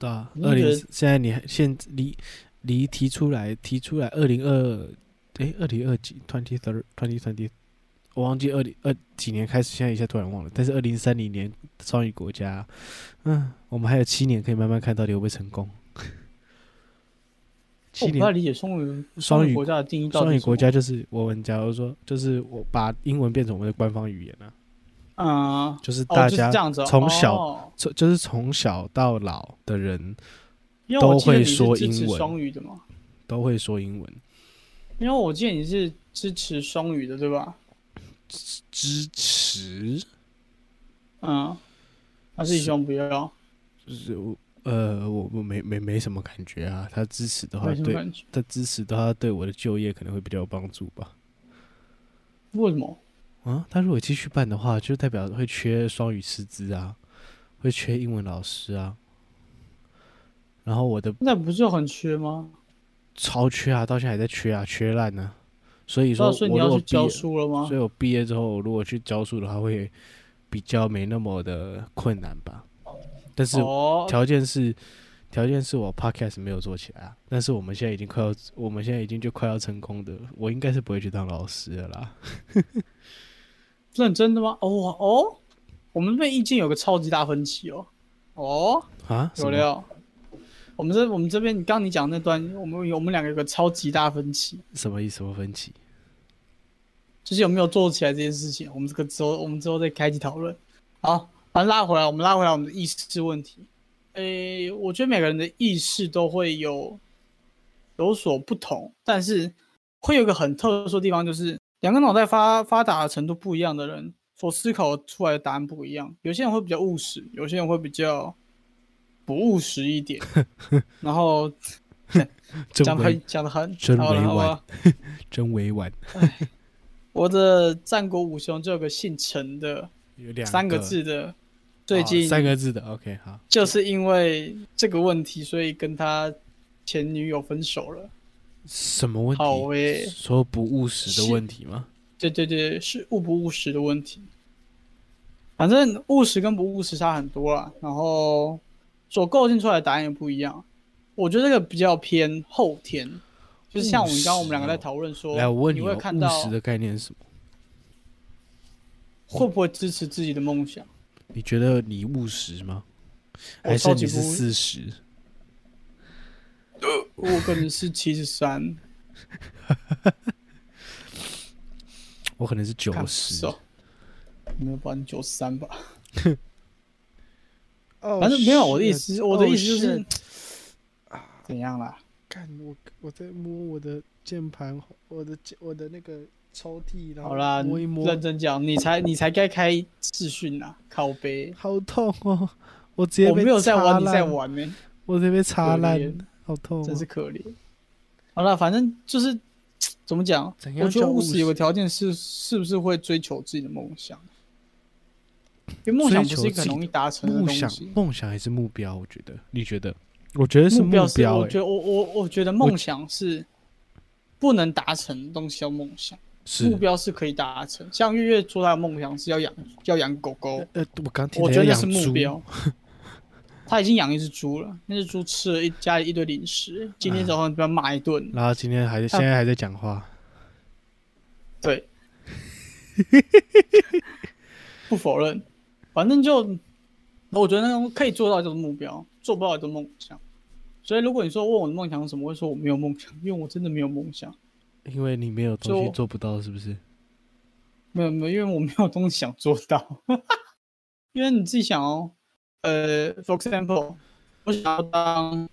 [SPEAKER 1] 对啊，
[SPEAKER 2] 你
[SPEAKER 1] 二
[SPEAKER 2] 觉
[SPEAKER 1] 零
[SPEAKER 2] 得
[SPEAKER 1] 现在你还现离离提出来提出来二零二诶二零二几 twenty third twenty twenty，我忘记二零二几年开始，现在一下突然忘了。但是二零三零年双语国家，嗯，我们还有七年可以慢慢看到底会不会成功。
[SPEAKER 2] 我
[SPEAKER 1] 七
[SPEAKER 2] 哦不
[SPEAKER 1] 年
[SPEAKER 2] 太理解双语
[SPEAKER 1] 双
[SPEAKER 2] 双
[SPEAKER 1] 语
[SPEAKER 2] 国家的定义到底
[SPEAKER 1] 双语
[SPEAKER 2] 是什
[SPEAKER 1] 国
[SPEAKER 2] 么
[SPEAKER 1] 家就是我们，假如说就是我把英文变成我们的官方语言啊，
[SPEAKER 2] 嗯，
[SPEAKER 1] 就是
[SPEAKER 2] 哦，
[SPEAKER 1] 大
[SPEAKER 2] 就是
[SPEAKER 1] 家
[SPEAKER 2] 这样子哦，
[SPEAKER 1] 从小
[SPEAKER 2] 哦
[SPEAKER 1] 从就是从小到老的人
[SPEAKER 2] 因为我
[SPEAKER 1] 都
[SPEAKER 2] 记得
[SPEAKER 1] 会
[SPEAKER 2] 你是
[SPEAKER 1] 说
[SPEAKER 2] 支持
[SPEAKER 1] 英文
[SPEAKER 2] 双语的嘛，
[SPEAKER 1] 都会说英文，
[SPEAKER 2] 因为我记得你是支持双语的，对吧？
[SPEAKER 1] 支持
[SPEAKER 2] 嗯，还是你希望不要？
[SPEAKER 1] 就是我呃，我我没没没什么感觉啊。他支持的话
[SPEAKER 2] 没什么
[SPEAKER 1] 对
[SPEAKER 2] 感觉。
[SPEAKER 1] 他支持的话，对我的就业可能会比较有帮助吧。
[SPEAKER 2] 为什么？
[SPEAKER 1] 啊，他如果继续办的话，就代表会缺双语师资啊，会缺英文老师啊。然后我的
[SPEAKER 2] 现在不是很缺吗？
[SPEAKER 1] 超缺啊，到现在还在缺啊，缺烂呢、所以
[SPEAKER 2] 你
[SPEAKER 1] 说，
[SPEAKER 2] 哦所以
[SPEAKER 1] 我
[SPEAKER 2] 你
[SPEAKER 1] 如
[SPEAKER 2] 要
[SPEAKER 1] 果
[SPEAKER 2] 去
[SPEAKER 1] 毕
[SPEAKER 2] 教
[SPEAKER 1] 业，
[SPEAKER 2] 书了吗
[SPEAKER 1] 所？以我毕业之后，如果去教书的话，会比较没那么的困难吧。但是
[SPEAKER 2] 哦，
[SPEAKER 1] 条件是，条件是我 podcast 没有做起来啊，但是我们现在已经快要，我们现在已经就快要成功的，我应该是不会去当老师的啦。
[SPEAKER 2] 认真的吗？哦哦，我们这边意见有个超级大分歧哦。哦，
[SPEAKER 1] 啊，什
[SPEAKER 2] 有
[SPEAKER 1] 么
[SPEAKER 2] 料。我们这我们这边，你刚刚你讲那段，我们我们两个有个超级大分歧，
[SPEAKER 1] 什么意思？什么分歧？
[SPEAKER 2] 就是有没有做起来这件事情，我们这个之后我们之后再开启讨论。好，反正拉回来，我们拉回来我们的意识问题。诶、我觉得每个人的意识都会有有所不同，但是会有一个很特殊的地方，就是两个脑袋发发达的程度不一样的人，所思考出来的答案不一样。有些人会比较务实，有些人会比较不务实一点。然后
[SPEAKER 1] 真
[SPEAKER 2] 讲的
[SPEAKER 1] 委
[SPEAKER 2] 很讲的很
[SPEAKER 1] 真
[SPEAKER 2] 好了
[SPEAKER 1] 委
[SPEAKER 2] 好了
[SPEAKER 1] 婉真委婉，
[SPEAKER 2] 我的战国武雄就有个姓陈的
[SPEAKER 1] 有两
[SPEAKER 2] 三个
[SPEAKER 1] 个
[SPEAKER 2] 字的，最近
[SPEAKER 1] 哦三个字的，OK，好，
[SPEAKER 2] 就是因为这个问题，所以跟他前女友分手了。
[SPEAKER 1] 什么问
[SPEAKER 2] 好
[SPEAKER 1] 题？
[SPEAKER 2] 诶、
[SPEAKER 1] 说不务实的
[SPEAKER 2] 是
[SPEAKER 1] 问题吗？
[SPEAKER 2] 对对对，是务不务实的问题。反正务实跟不务实差很多啦，然后所构建出来的答案也不一样。我觉得这个比较偏后天，就是像我们刚刚我们两个在讨论说，
[SPEAKER 1] 哦来，我问
[SPEAKER 2] 你
[SPEAKER 1] 你
[SPEAKER 2] 会
[SPEAKER 1] 哦，
[SPEAKER 2] 看
[SPEAKER 1] 务
[SPEAKER 2] 到
[SPEAKER 1] 实的概念是什么？
[SPEAKER 2] 会不会支持自己的梦想。
[SPEAKER 1] 你觉得你务实吗？
[SPEAKER 2] 我
[SPEAKER 1] 还是
[SPEAKER 2] 超级
[SPEAKER 1] 你
[SPEAKER 2] 不
[SPEAKER 1] 是
[SPEAKER 2] 务
[SPEAKER 1] 四十？
[SPEAKER 2] 我可能是七十三，
[SPEAKER 1] 我可能是 [laughs] 九
[SPEAKER 2] 看不
[SPEAKER 1] 十。
[SPEAKER 2] 熟，没有百分之九十三吧。
[SPEAKER 3] 哦
[SPEAKER 2] 反正没有我的意
[SPEAKER 3] shit，
[SPEAKER 2] 思，我的
[SPEAKER 3] Oh
[SPEAKER 2] 意思就是
[SPEAKER 3] shit
[SPEAKER 2] 怎样啦？
[SPEAKER 3] 看我我在摸我的键盘，我的键我的那个抽屉，然后
[SPEAKER 2] 好啦，
[SPEAKER 3] 摸一摸，
[SPEAKER 2] 认真讲，你才你才该开视讯啊，靠背。
[SPEAKER 3] 好痛哦！我直接
[SPEAKER 2] 我
[SPEAKER 3] 被
[SPEAKER 2] 没有在玩，
[SPEAKER 3] 擦
[SPEAKER 2] 你在
[SPEAKER 3] 烂，
[SPEAKER 2] 玩呢、
[SPEAKER 3] 我直接被擦烂
[SPEAKER 2] 可怜，
[SPEAKER 3] 好
[SPEAKER 1] 嗯
[SPEAKER 3] 痛、哦！
[SPEAKER 2] 真是可怜。好啦，反正就是怎么讲，
[SPEAKER 1] 怎
[SPEAKER 2] 我
[SPEAKER 1] 样
[SPEAKER 2] 觉
[SPEAKER 1] 叫
[SPEAKER 2] 得
[SPEAKER 1] 务
[SPEAKER 2] 务实有个
[SPEAKER 1] 实？
[SPEAKER 2] 条件是，是不是会追求自己的梦想？因为梦想不是一个很容易达成的
[SPEAKER 1] 梦
[SPEAKER 2] 东
[SPEAKER 1] 想，
[SPEAKER 2] 西。
[SPEAKER 1] 梦想还是目标？我觉得，你觉得？我觉得是
[SPEAKER 2] 目标是，
[SPEAKER 1] 标、
[SPEAKER 2] 我
[SPEAKER 1] 欸，
[SPEAKER 2] 觉得我我我觉得梦想是不能达成的东西叫梦想，
[SPEAKER 1] 是
[SPEAKER 2] 目标是可以达成。像月月说她的梦想是要养要养狗狗，
[SPEAKER 1] 呃，我刚听
[SPEAKER 2] 我
[SPEAKER 1] 起
[SPEAKER 2] 觉
[SPEAKER 1] 来
[SPEAKER 2] 得
[SPEAKER 1] 要
[SPEAKER 2] 是
[SPEAKER 1] 养
[SPEAKER 2] 目
[SPEAKER 1] 猪，
[SPEAKER 2] 标。 [laughs] 他已经养一只猪了，那只猪吃了一家里一堆零食，今天早上被他骂一顿。
[SPEAKER 1] 然后今天还在，
[SPEAKER 2] 啊
[SPEAKER 1] 现在还在讲话，
[SPEAKER 2] 对，不否认，反正就我觉得那种可以做到就是目标，做不到就是梦想。所以如果你说问我的梦想是什么，我会说我没有梦想，因为我真的没有梦想，
[SPEAKER 1] 因为你没有东西
[SPEAKER 2] 就
[SPEAKER 1] 做不到，是不是？
[SPEAKER 2] 没有没有，因为我没有东西想做到。 [laughs] 因为你自己想哦，呃，for example，我想要当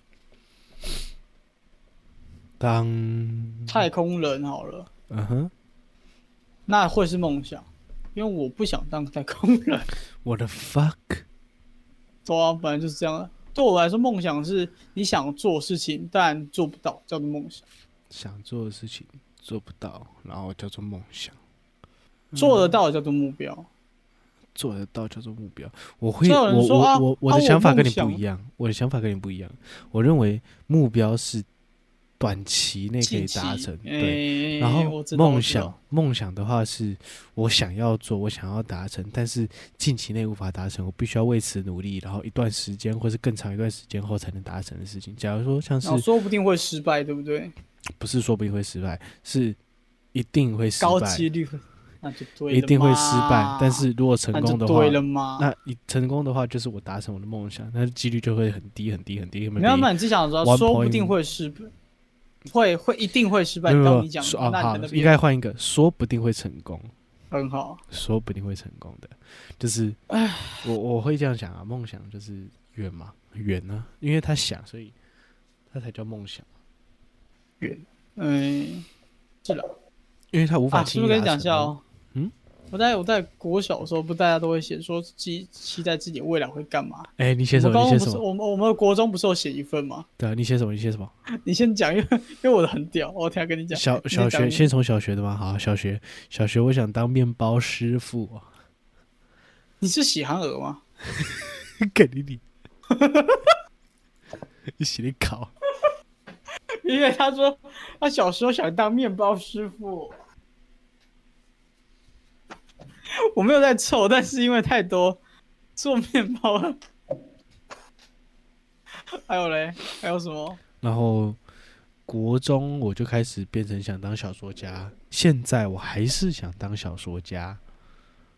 [SPEAKER 1] 当
[SPEAKER 2] 太空人好了，
[SPEAKER 1] 嗯哼，
[SPEAKER 2] 那会是梦想，因为我不想当太空人。 [laughs]
[SPEAKER 1] 我的 fuck，
[SPEAKER 2] 对啊，本来就是这样的。对我来说，梦想是你想做事情但做不到，叫做梦想；
[SPEAKER 1] 想做的事情做不到，然后叫做梦想，嗯
[SPEAKER 2] 做得到叫做目标。
[SPEAKER 1] 做得到叫做目标。我会，
[SPEAKER 2] 所以有人
[SPEAKER 1] 我
[SPEAKER 2] 说啊
[SPEAKER 1] 我我我
[SPEAKER 2] 啊
[SPEAKER 1] 的
[SPEAKER 2] 我
[SPEAKER 1] 想法跟
[SPEAKER 2] 梦
[SPEAKER 1] 你不
[SPEAKER 2] 想
[SPEAKER 1] 一样，我的想法跟你不一样。我认为目标是短期内可以
[SPEAKER 2] 近期
[SPEAKER 1] 达成，对。
[SPEAKER 2] 诶
[SPEAKER 1] 然后
[SPEAKER 2] 哎我知道
[SPEAKER 1] 梦
[SPEAKER 2] 我知道
[SPEAKER 1] 想，梦想的话是我想要做，我想要达成，但是近期内无法达成，我必须要为此努力，然后一段时间或是更长一段时间后才能达成的事情。假如说像是
[SPEAKER 2] 然后说不定会失败，对不对？
[SPEAKER 1] 不是说不定会失败，是一定会失
[SPEAKER 2] 高
[SPEAKER 1] 败，
[SPEAKER 2] 几率，那就对了
[SPEAKER 1] 一定会失败
[SPEAKER 2] 嘛。
[SPEAKER 1] 但是如果成
[SPEAKER 2] 那
[SPEAKER 1] 功
[SPEAKER 2] 就
[SPEAKER 1] 的话
[SPEAKER 2] 对，了嘛。
[SPEAKER 1] 那你成功的话就是我达成我的梦想，那几率就会很低很低很低。
[SPEAKER 2] 没有，那你只想说
[SPEAKER 1] one，
[SPEAKER 2] 说不
[SPEAKER 1] point
[SPEAKER 2] 定会失败，会会一定会失败。
[SPEAKER 1] 没有没
[SPEAKER 2] 当
[SPEAKER 1] 有
[SPEAKER 2] 你讲
[SPEAKER 1] 说，啊
[SPEAKER 2] 那
[SPEAKER 1] 好
[SPEAKER 2] 你的，那
[SPEAKER 1] 应
[SPEAKER 2] 边
[SPEAKER 1] 该换一个，说不定会成功。
[SPEAKER 2] 很好。
[SPEAKER 1] 说不定会成功的，就是我我会这样想啊，梦想就是远嘛，远呢、因为他想，所以他才叫梦想，
[SPEAKER 2] 嗯，是的
[SPEAKER 1] 因为他无法
[SPEAKER 2] 啊，是
[SPEAKER 1] 轻
[SPEAKER 2] 不
[SPEAKER 1] 易
[SPEAKER 2] 是跟
[SPEAKER 1] 达
[SPEAKER 2] 你讲一
[SPEAKER 1] 成
[SPEAKER 2] 下
[SPEAKER 1] 啊
[SPEAKER 2] 哦？
[SPEAKER 1] 嗯，
[SPEAKER 2] 我在我在国小的时候，不大家都会写说期期待自己未来会干嘛？
[SPEAKER 1] 哎、你写什
[SPEAKER 2] 我
[SPEAKER 1] 么？
[SPEAKER 2] 高
[SPEAKER 1] 你
[SPEAKER 2] 中
[SPEAKER 1] 写
[SPEAKER 2] 不
[SPEAKER 1] 什
[SPEAKER 2] 是
[SPEAKER 1] 么？
[SPEAKER 2] 我们我们国中不是有写一份吗？ [laughs]
[SPEAKER 1] 对啊，你写什么？你写什么？
[SPEAKER 2] 你先讲，因为因为我的很屌，我等下跟你讲。
[SPEAKER 1] 小
[SPEAKER 2] 你
[SPEAKER 1] 小
[SPEAKER 2] 先讲
[SPEAKER 1] 学
[SPEAKER 2] 你
[SPEAKER 1] 先从小学的吗？好，小学小学，我想当面包师傅、 [laughs] 哦。
[SPEAKER 2] 你是喜憨儿吗？ [laughs]
[SPEAKER 1] 肯定你，你写的考，
[SPEAKER 2] 因为他说他小时候想当面包师傅。 [laughs] 我没有在凑，但是因为太多做面包了。 [laughs] 还有嘞，还有什么？
[SPEAKER 1] 然后国中我就开始变成想当小说家，现在我还是想当小说家，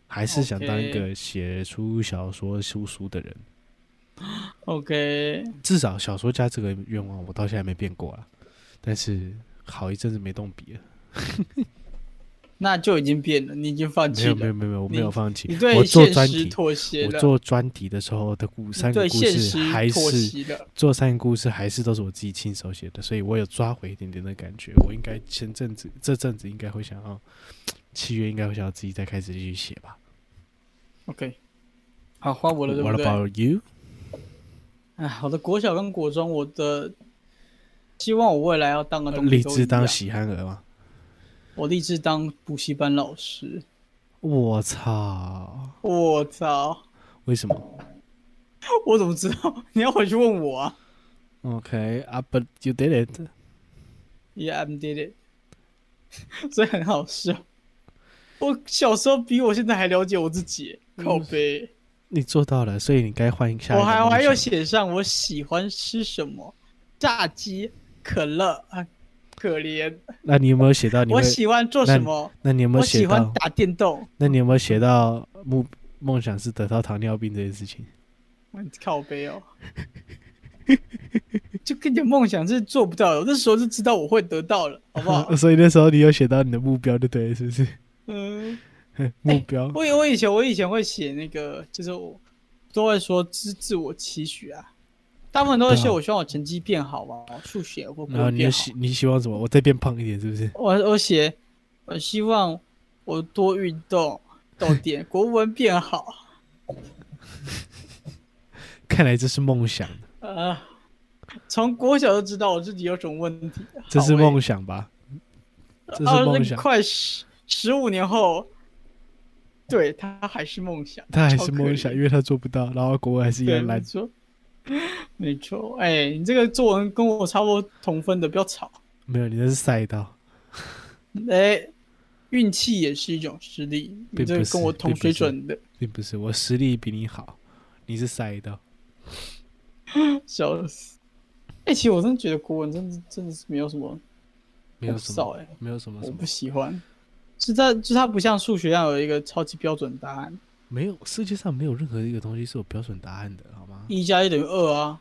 [SPEAKER 1] 还是想当一
[SPEAKER 2] OK
[SPEAKER 1] 个写出小说出书的人。
[SPEAKER 2] OK，
[SPEAKER 1] 至少小说家这个愿望我到现在没变过啊，但是好一阵子没动笔了。
[SPEAKER 2] 那就已经变了，你已经放
[SPEAKER 1] 没
[SPEAKER 2] 弃
[SPEAKER 1] 有没有
[SPEAKER 2] 了，
[SPEAKER 1] 没有没有，我没有放弃
[SPEAKER 2] 你。
[SPEAKER 1] 我
[SPEAKER 2] 对
[SPEAKER 1] 做
[SPEAKER 2] 现
[SPEAKER 1] 专
[SPEAKER 2] 实
[SPEAKER 1] 题，
[SPEAKER 2] 妥协
[SPEAKER 1] 我
[SPEAKER 2] 了，
[SPEAKER 1] 做专题的时候的故三
[SPEAKER 2] 你
[SPEAKER 1] 个
[SPEAKER 2] 对
[SPEAKER 1] 故
[SPEAKER 2] 现
[SPEAKER 1] 事
[SPEAKER 2] 实
[SPEAKER 1] 还
[SPEAKER 2] 妥
[SPEAKER 1] 是
[SPEAKER 2] 协了。
[SPEAKER 1] 做三个故事还是都是我自己亲手写的，所以我有抓回一点点的感觉。我应该前阵子这阵子应该会想要，七月应该会想要自己再开始继续写吧。
[SPEAKER 2] OK，好，换我了，对不
[SPEAKER 1] What
[SPEAKER 2] 对？
[SPEAKER 1] about you？
[SPEAKER 2] 哎，我的国小跟国中，我的希望我未来要当个东西
[SPEAKER 1] 立
[SPEAKER 2] 都
[SPEAKER 1] 志
[SPEAKER 2] 一样
[SPEAKER 1] 当喜憨儿吗？
[SPEAKER 2] 我立志当补习班老师。
[SPEAKER 1] 我操！
[SPEAKER 2] 我操！ [laughs]
[SPEAKER 1] 为什么
[SPEAKER 2] 我怎么知道？ [laughs] 你要回去问我啊。
[SPEAKER 1] ？OK，啊、but you did it。
[SPEAKER 2] Yeah, I did it 。 [laughs] 所以很好笑。我小时候比我现在还了解我自己，靠
[SPEAKER 1] 嗯
[SPEAKER 2] 背。
[SPEAKER 1] 你做到了，所以你该换一下一个
[SPEAKER 2] 我
[SPEAKER 1] 梦
[SPEAKER 2] 还
[SPEAKER 1] 想。
[SPEAKER 2] 我还有写上我喜欢吃什么，炸鸡、可乐啊，可怜。
[SPEAKER 1] 那你有没有写到你会
[SPEAKER 2] 我？喜欢做什么？
[SPEAKER 1] 那你有没
[SPEAKER 2] 我
[SPEAKER 1] 有
[SPEAKER 2] 喜
[SPEAKER 1] 写
[SPEAKER 2] 欢
[SPEAKER 1] 到？
[SPEAKER 2] 打电动。
[SPEAKER 1] 那你有没有写到目梦想是得到糖尿病这件事情？
[SPEAKER 2] 靠背哦。 [laughs] 就跟你的梦想是做不到的，我那时候就知道我会得到了，好
[SPEAKER 1] [laughs]？
[SPEAKER 2] 不好
[SPEAKER 1] 所以那时候你有写到你的目标，就对了，是不是？ [laughs]
[SPEAKER 2] 嗯。
[SPEAKER 1] 目标、
[SPEAKER 2] 我以我以前我以前会写那个，就是我都会说自自我期许啊，大部分都会写
[SPEAKER 1] 对啊
[SPEAKER 2] 我希望我成绩变好啊，我数学或
[SPEAKER 1] 然后
[SPEAKER 2] 国
[SPEAKER 1] 你
[SPEAKER 2] 变
[SPEAKER 1] 又
[SPEAKER 2] 好啊
[SPEAKER 1] 希。你希望什么？我再变胖一点，是不是？ [laughs]
[SPEAKER 2] 我我写我希望我多运动，多
[SPEAKER 1] [laughs]
[SPEAKER 2] 点国文变好
[SPEAKER 1] 看来这是梦想，
[SPEAKER 2] 呃，
[SPEAKER 1] 啊
[SPEAKER 2] 从国小就知道我自己有种问题，
[SPEAKER 1] 这是
[SPEAKER 2] 好欸
[SPEAKER 1] 梦想吧？这
[SPEAKER 2] 啊
[SPEAKER 1] 是梦
[SPEAKER 2] 那
[SPEAKER 1] 想，
[SPEAKER 2] 快十十五年后，对他还是梦想，
[SPEAKER 1] 他还
[SPEAKER 2] 超
[SPEAKER 1] 是
[SPEAKER 2] 可
[SPEAKER 1] 梦
[SPEAKER 2] 怜
[SPEAKER 1] 想，因为他做不到，然后国文还是一
[SPEAKER 2] 对，
[SPEAKER 1] 样
[SPEAKER 2] 没
[SPEAKER 1] 烂。
[SPEAKER 2] 错，没错。哎、你这个作文跟我差不多同分的，不要吵。
[SPEAKER 1] 没有，你那是赛道，
[SPEAKER 2] 哎、运气也是一种实力，你
[SPEAKER 1] 并
[SPEAKER 2] 这
[SPEAKER 1] 不
[SPEAKER 2] 个
[SPEAKER 1] 是
[SPEAKER 2] 跟我同
[SPEAKER 1] 并不
[SPEAKER 2] 水
[SPEAKER 1] 是
[SPEAKER 2] 准的，
[SPEAKER 1] 并不是我实力比你好，你是赛道。
[SPEAKER 2] 笑死。哎、其实我真的觉得国文真的真的是没有什么，
[SPEAKER 1] 没有什
[SPEAKER 2] 少
[SPEAKER 1] 么，
[SPEAKER 2] 哎、
[SPEAKER 1] 没有什么
[SPEAKER 2] 我
[SPEAKER 1] 什么
[SPEAKER 2] 不，喜欢。是它，就是它不像数学一样有一个超级标准答案，
[SPEAKER 1] 没有世界上没有任何一个东西是有标准答案的，好吗？
[SPEAKER 2] 一加一等于二啊。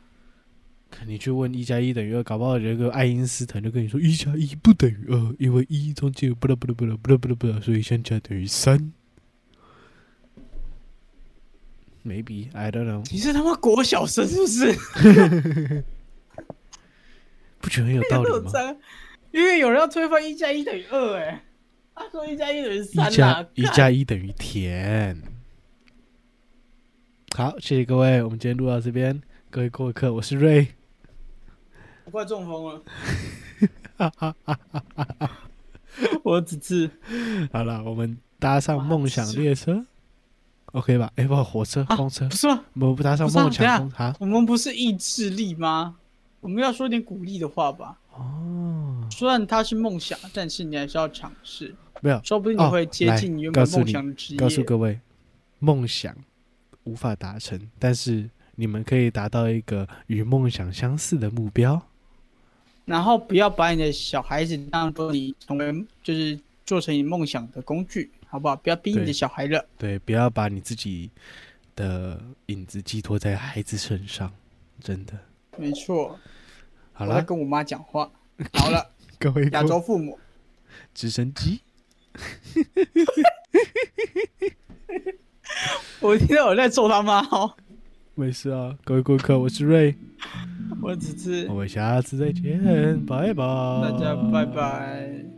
[SPEAKER 1] 看你去问一加一等于二，搞不好有一个爱因斯坦就跟你说一加一不等于二，因为一中间有不啦不啦不啦不啦不啦不啦，所以相加等于三。Maybe I don't know，
[SPEAKER 2] 你是他妈国小生是不是？ [laughs]
[SPEAKER 1] 不觉得很有道
[SPEAKER 2] 有
[SPEAKER 1] 理吗？
[SPEAKER 2] 三，因为有人要推翻一加一等于二，哎，他说一加一等于三
[SPEAKER 1] 一
[SPEAKER 2] 啦
[SPEAKER 1] 加，一
[SPEAKER 2] 干
[SPEAKER 1] 加一等于甜。好，谢谢各位，我们今天录到这边，各位过客，我是瑞，
[SPEAKER 2] 我快中风了。 [laughs] 我只是
[SPEAKER 1] 好了，我们搭上梦想列车，OK 吧？哎、不，火车、
[SPEAKER 2] 啊
[SPEAKER 1] 风车
[SPEAKER 2] 不，是吗？
[SPEAKER 1] 我们不搭上
[SPEAKER 2] 不是啊
[SPEAKER 1] 梦
[SPEAKER 2] 等一下
[SPEAKER 1] 想风啊？
[SPEAKER 2] 我们不是意志力吗？我们要说点鼓励的话吧。
[SPEAKER 1] 哦，
[SPEAKER 2] 虽然它是梦想，但是你还是要尝试，
[SPEAKER 1] 没有，
[SPEAKER 2] 说不定你
[SPEAKER 1] 哦
[SPEAKER 2] 会接
[SPEAKER 1] 来
[SPEAKER 2] 近你原
[SPEAKER 1] 告
[SPEAKER 2] 本
[SPEAKER 1] 诉
[SPEAKER 2] 梦
[SPEAKER 1] 你
[SPEAKER 2] 想的职业。
[SPEAKER 1] 告诉各位，梦想无法达成，但是你们可以达到一个与梦想相似的目标。
[SPEAKER 2] 然后不要把你的小孩子当做你成为就是做成你梦想的工具，好不好？不要逼你
[SPEAKER 1] 对
[SPEAKER 2] 的小孩了。
[SPEAKER 1] 对，不要把你自己的影子寄托在孩子身上，真的。
[SPEAKER 2] 没错，
[SPEAKER 1] 好
[SPEAKER 2] 我在
[SPEAKER 1] 了，
[SPEAKER 2] 跟我妈讲话。好了，
[SPEAKER 1] [laughs] 各位
[SPEAKER 2] 亚洲父母，
[SPEAKER 1] 直升机，
[SPEAKER 2] 我听到我在揍他妈哦，
[SPEAKER 1] 没事啊，各位顾客，我是瑞，
[SPEAKER 2] 我只是
[SPEAKER 1] 哦我们下次再见，拜拜，
[SPEAKER 2] 嗯大家拜拜。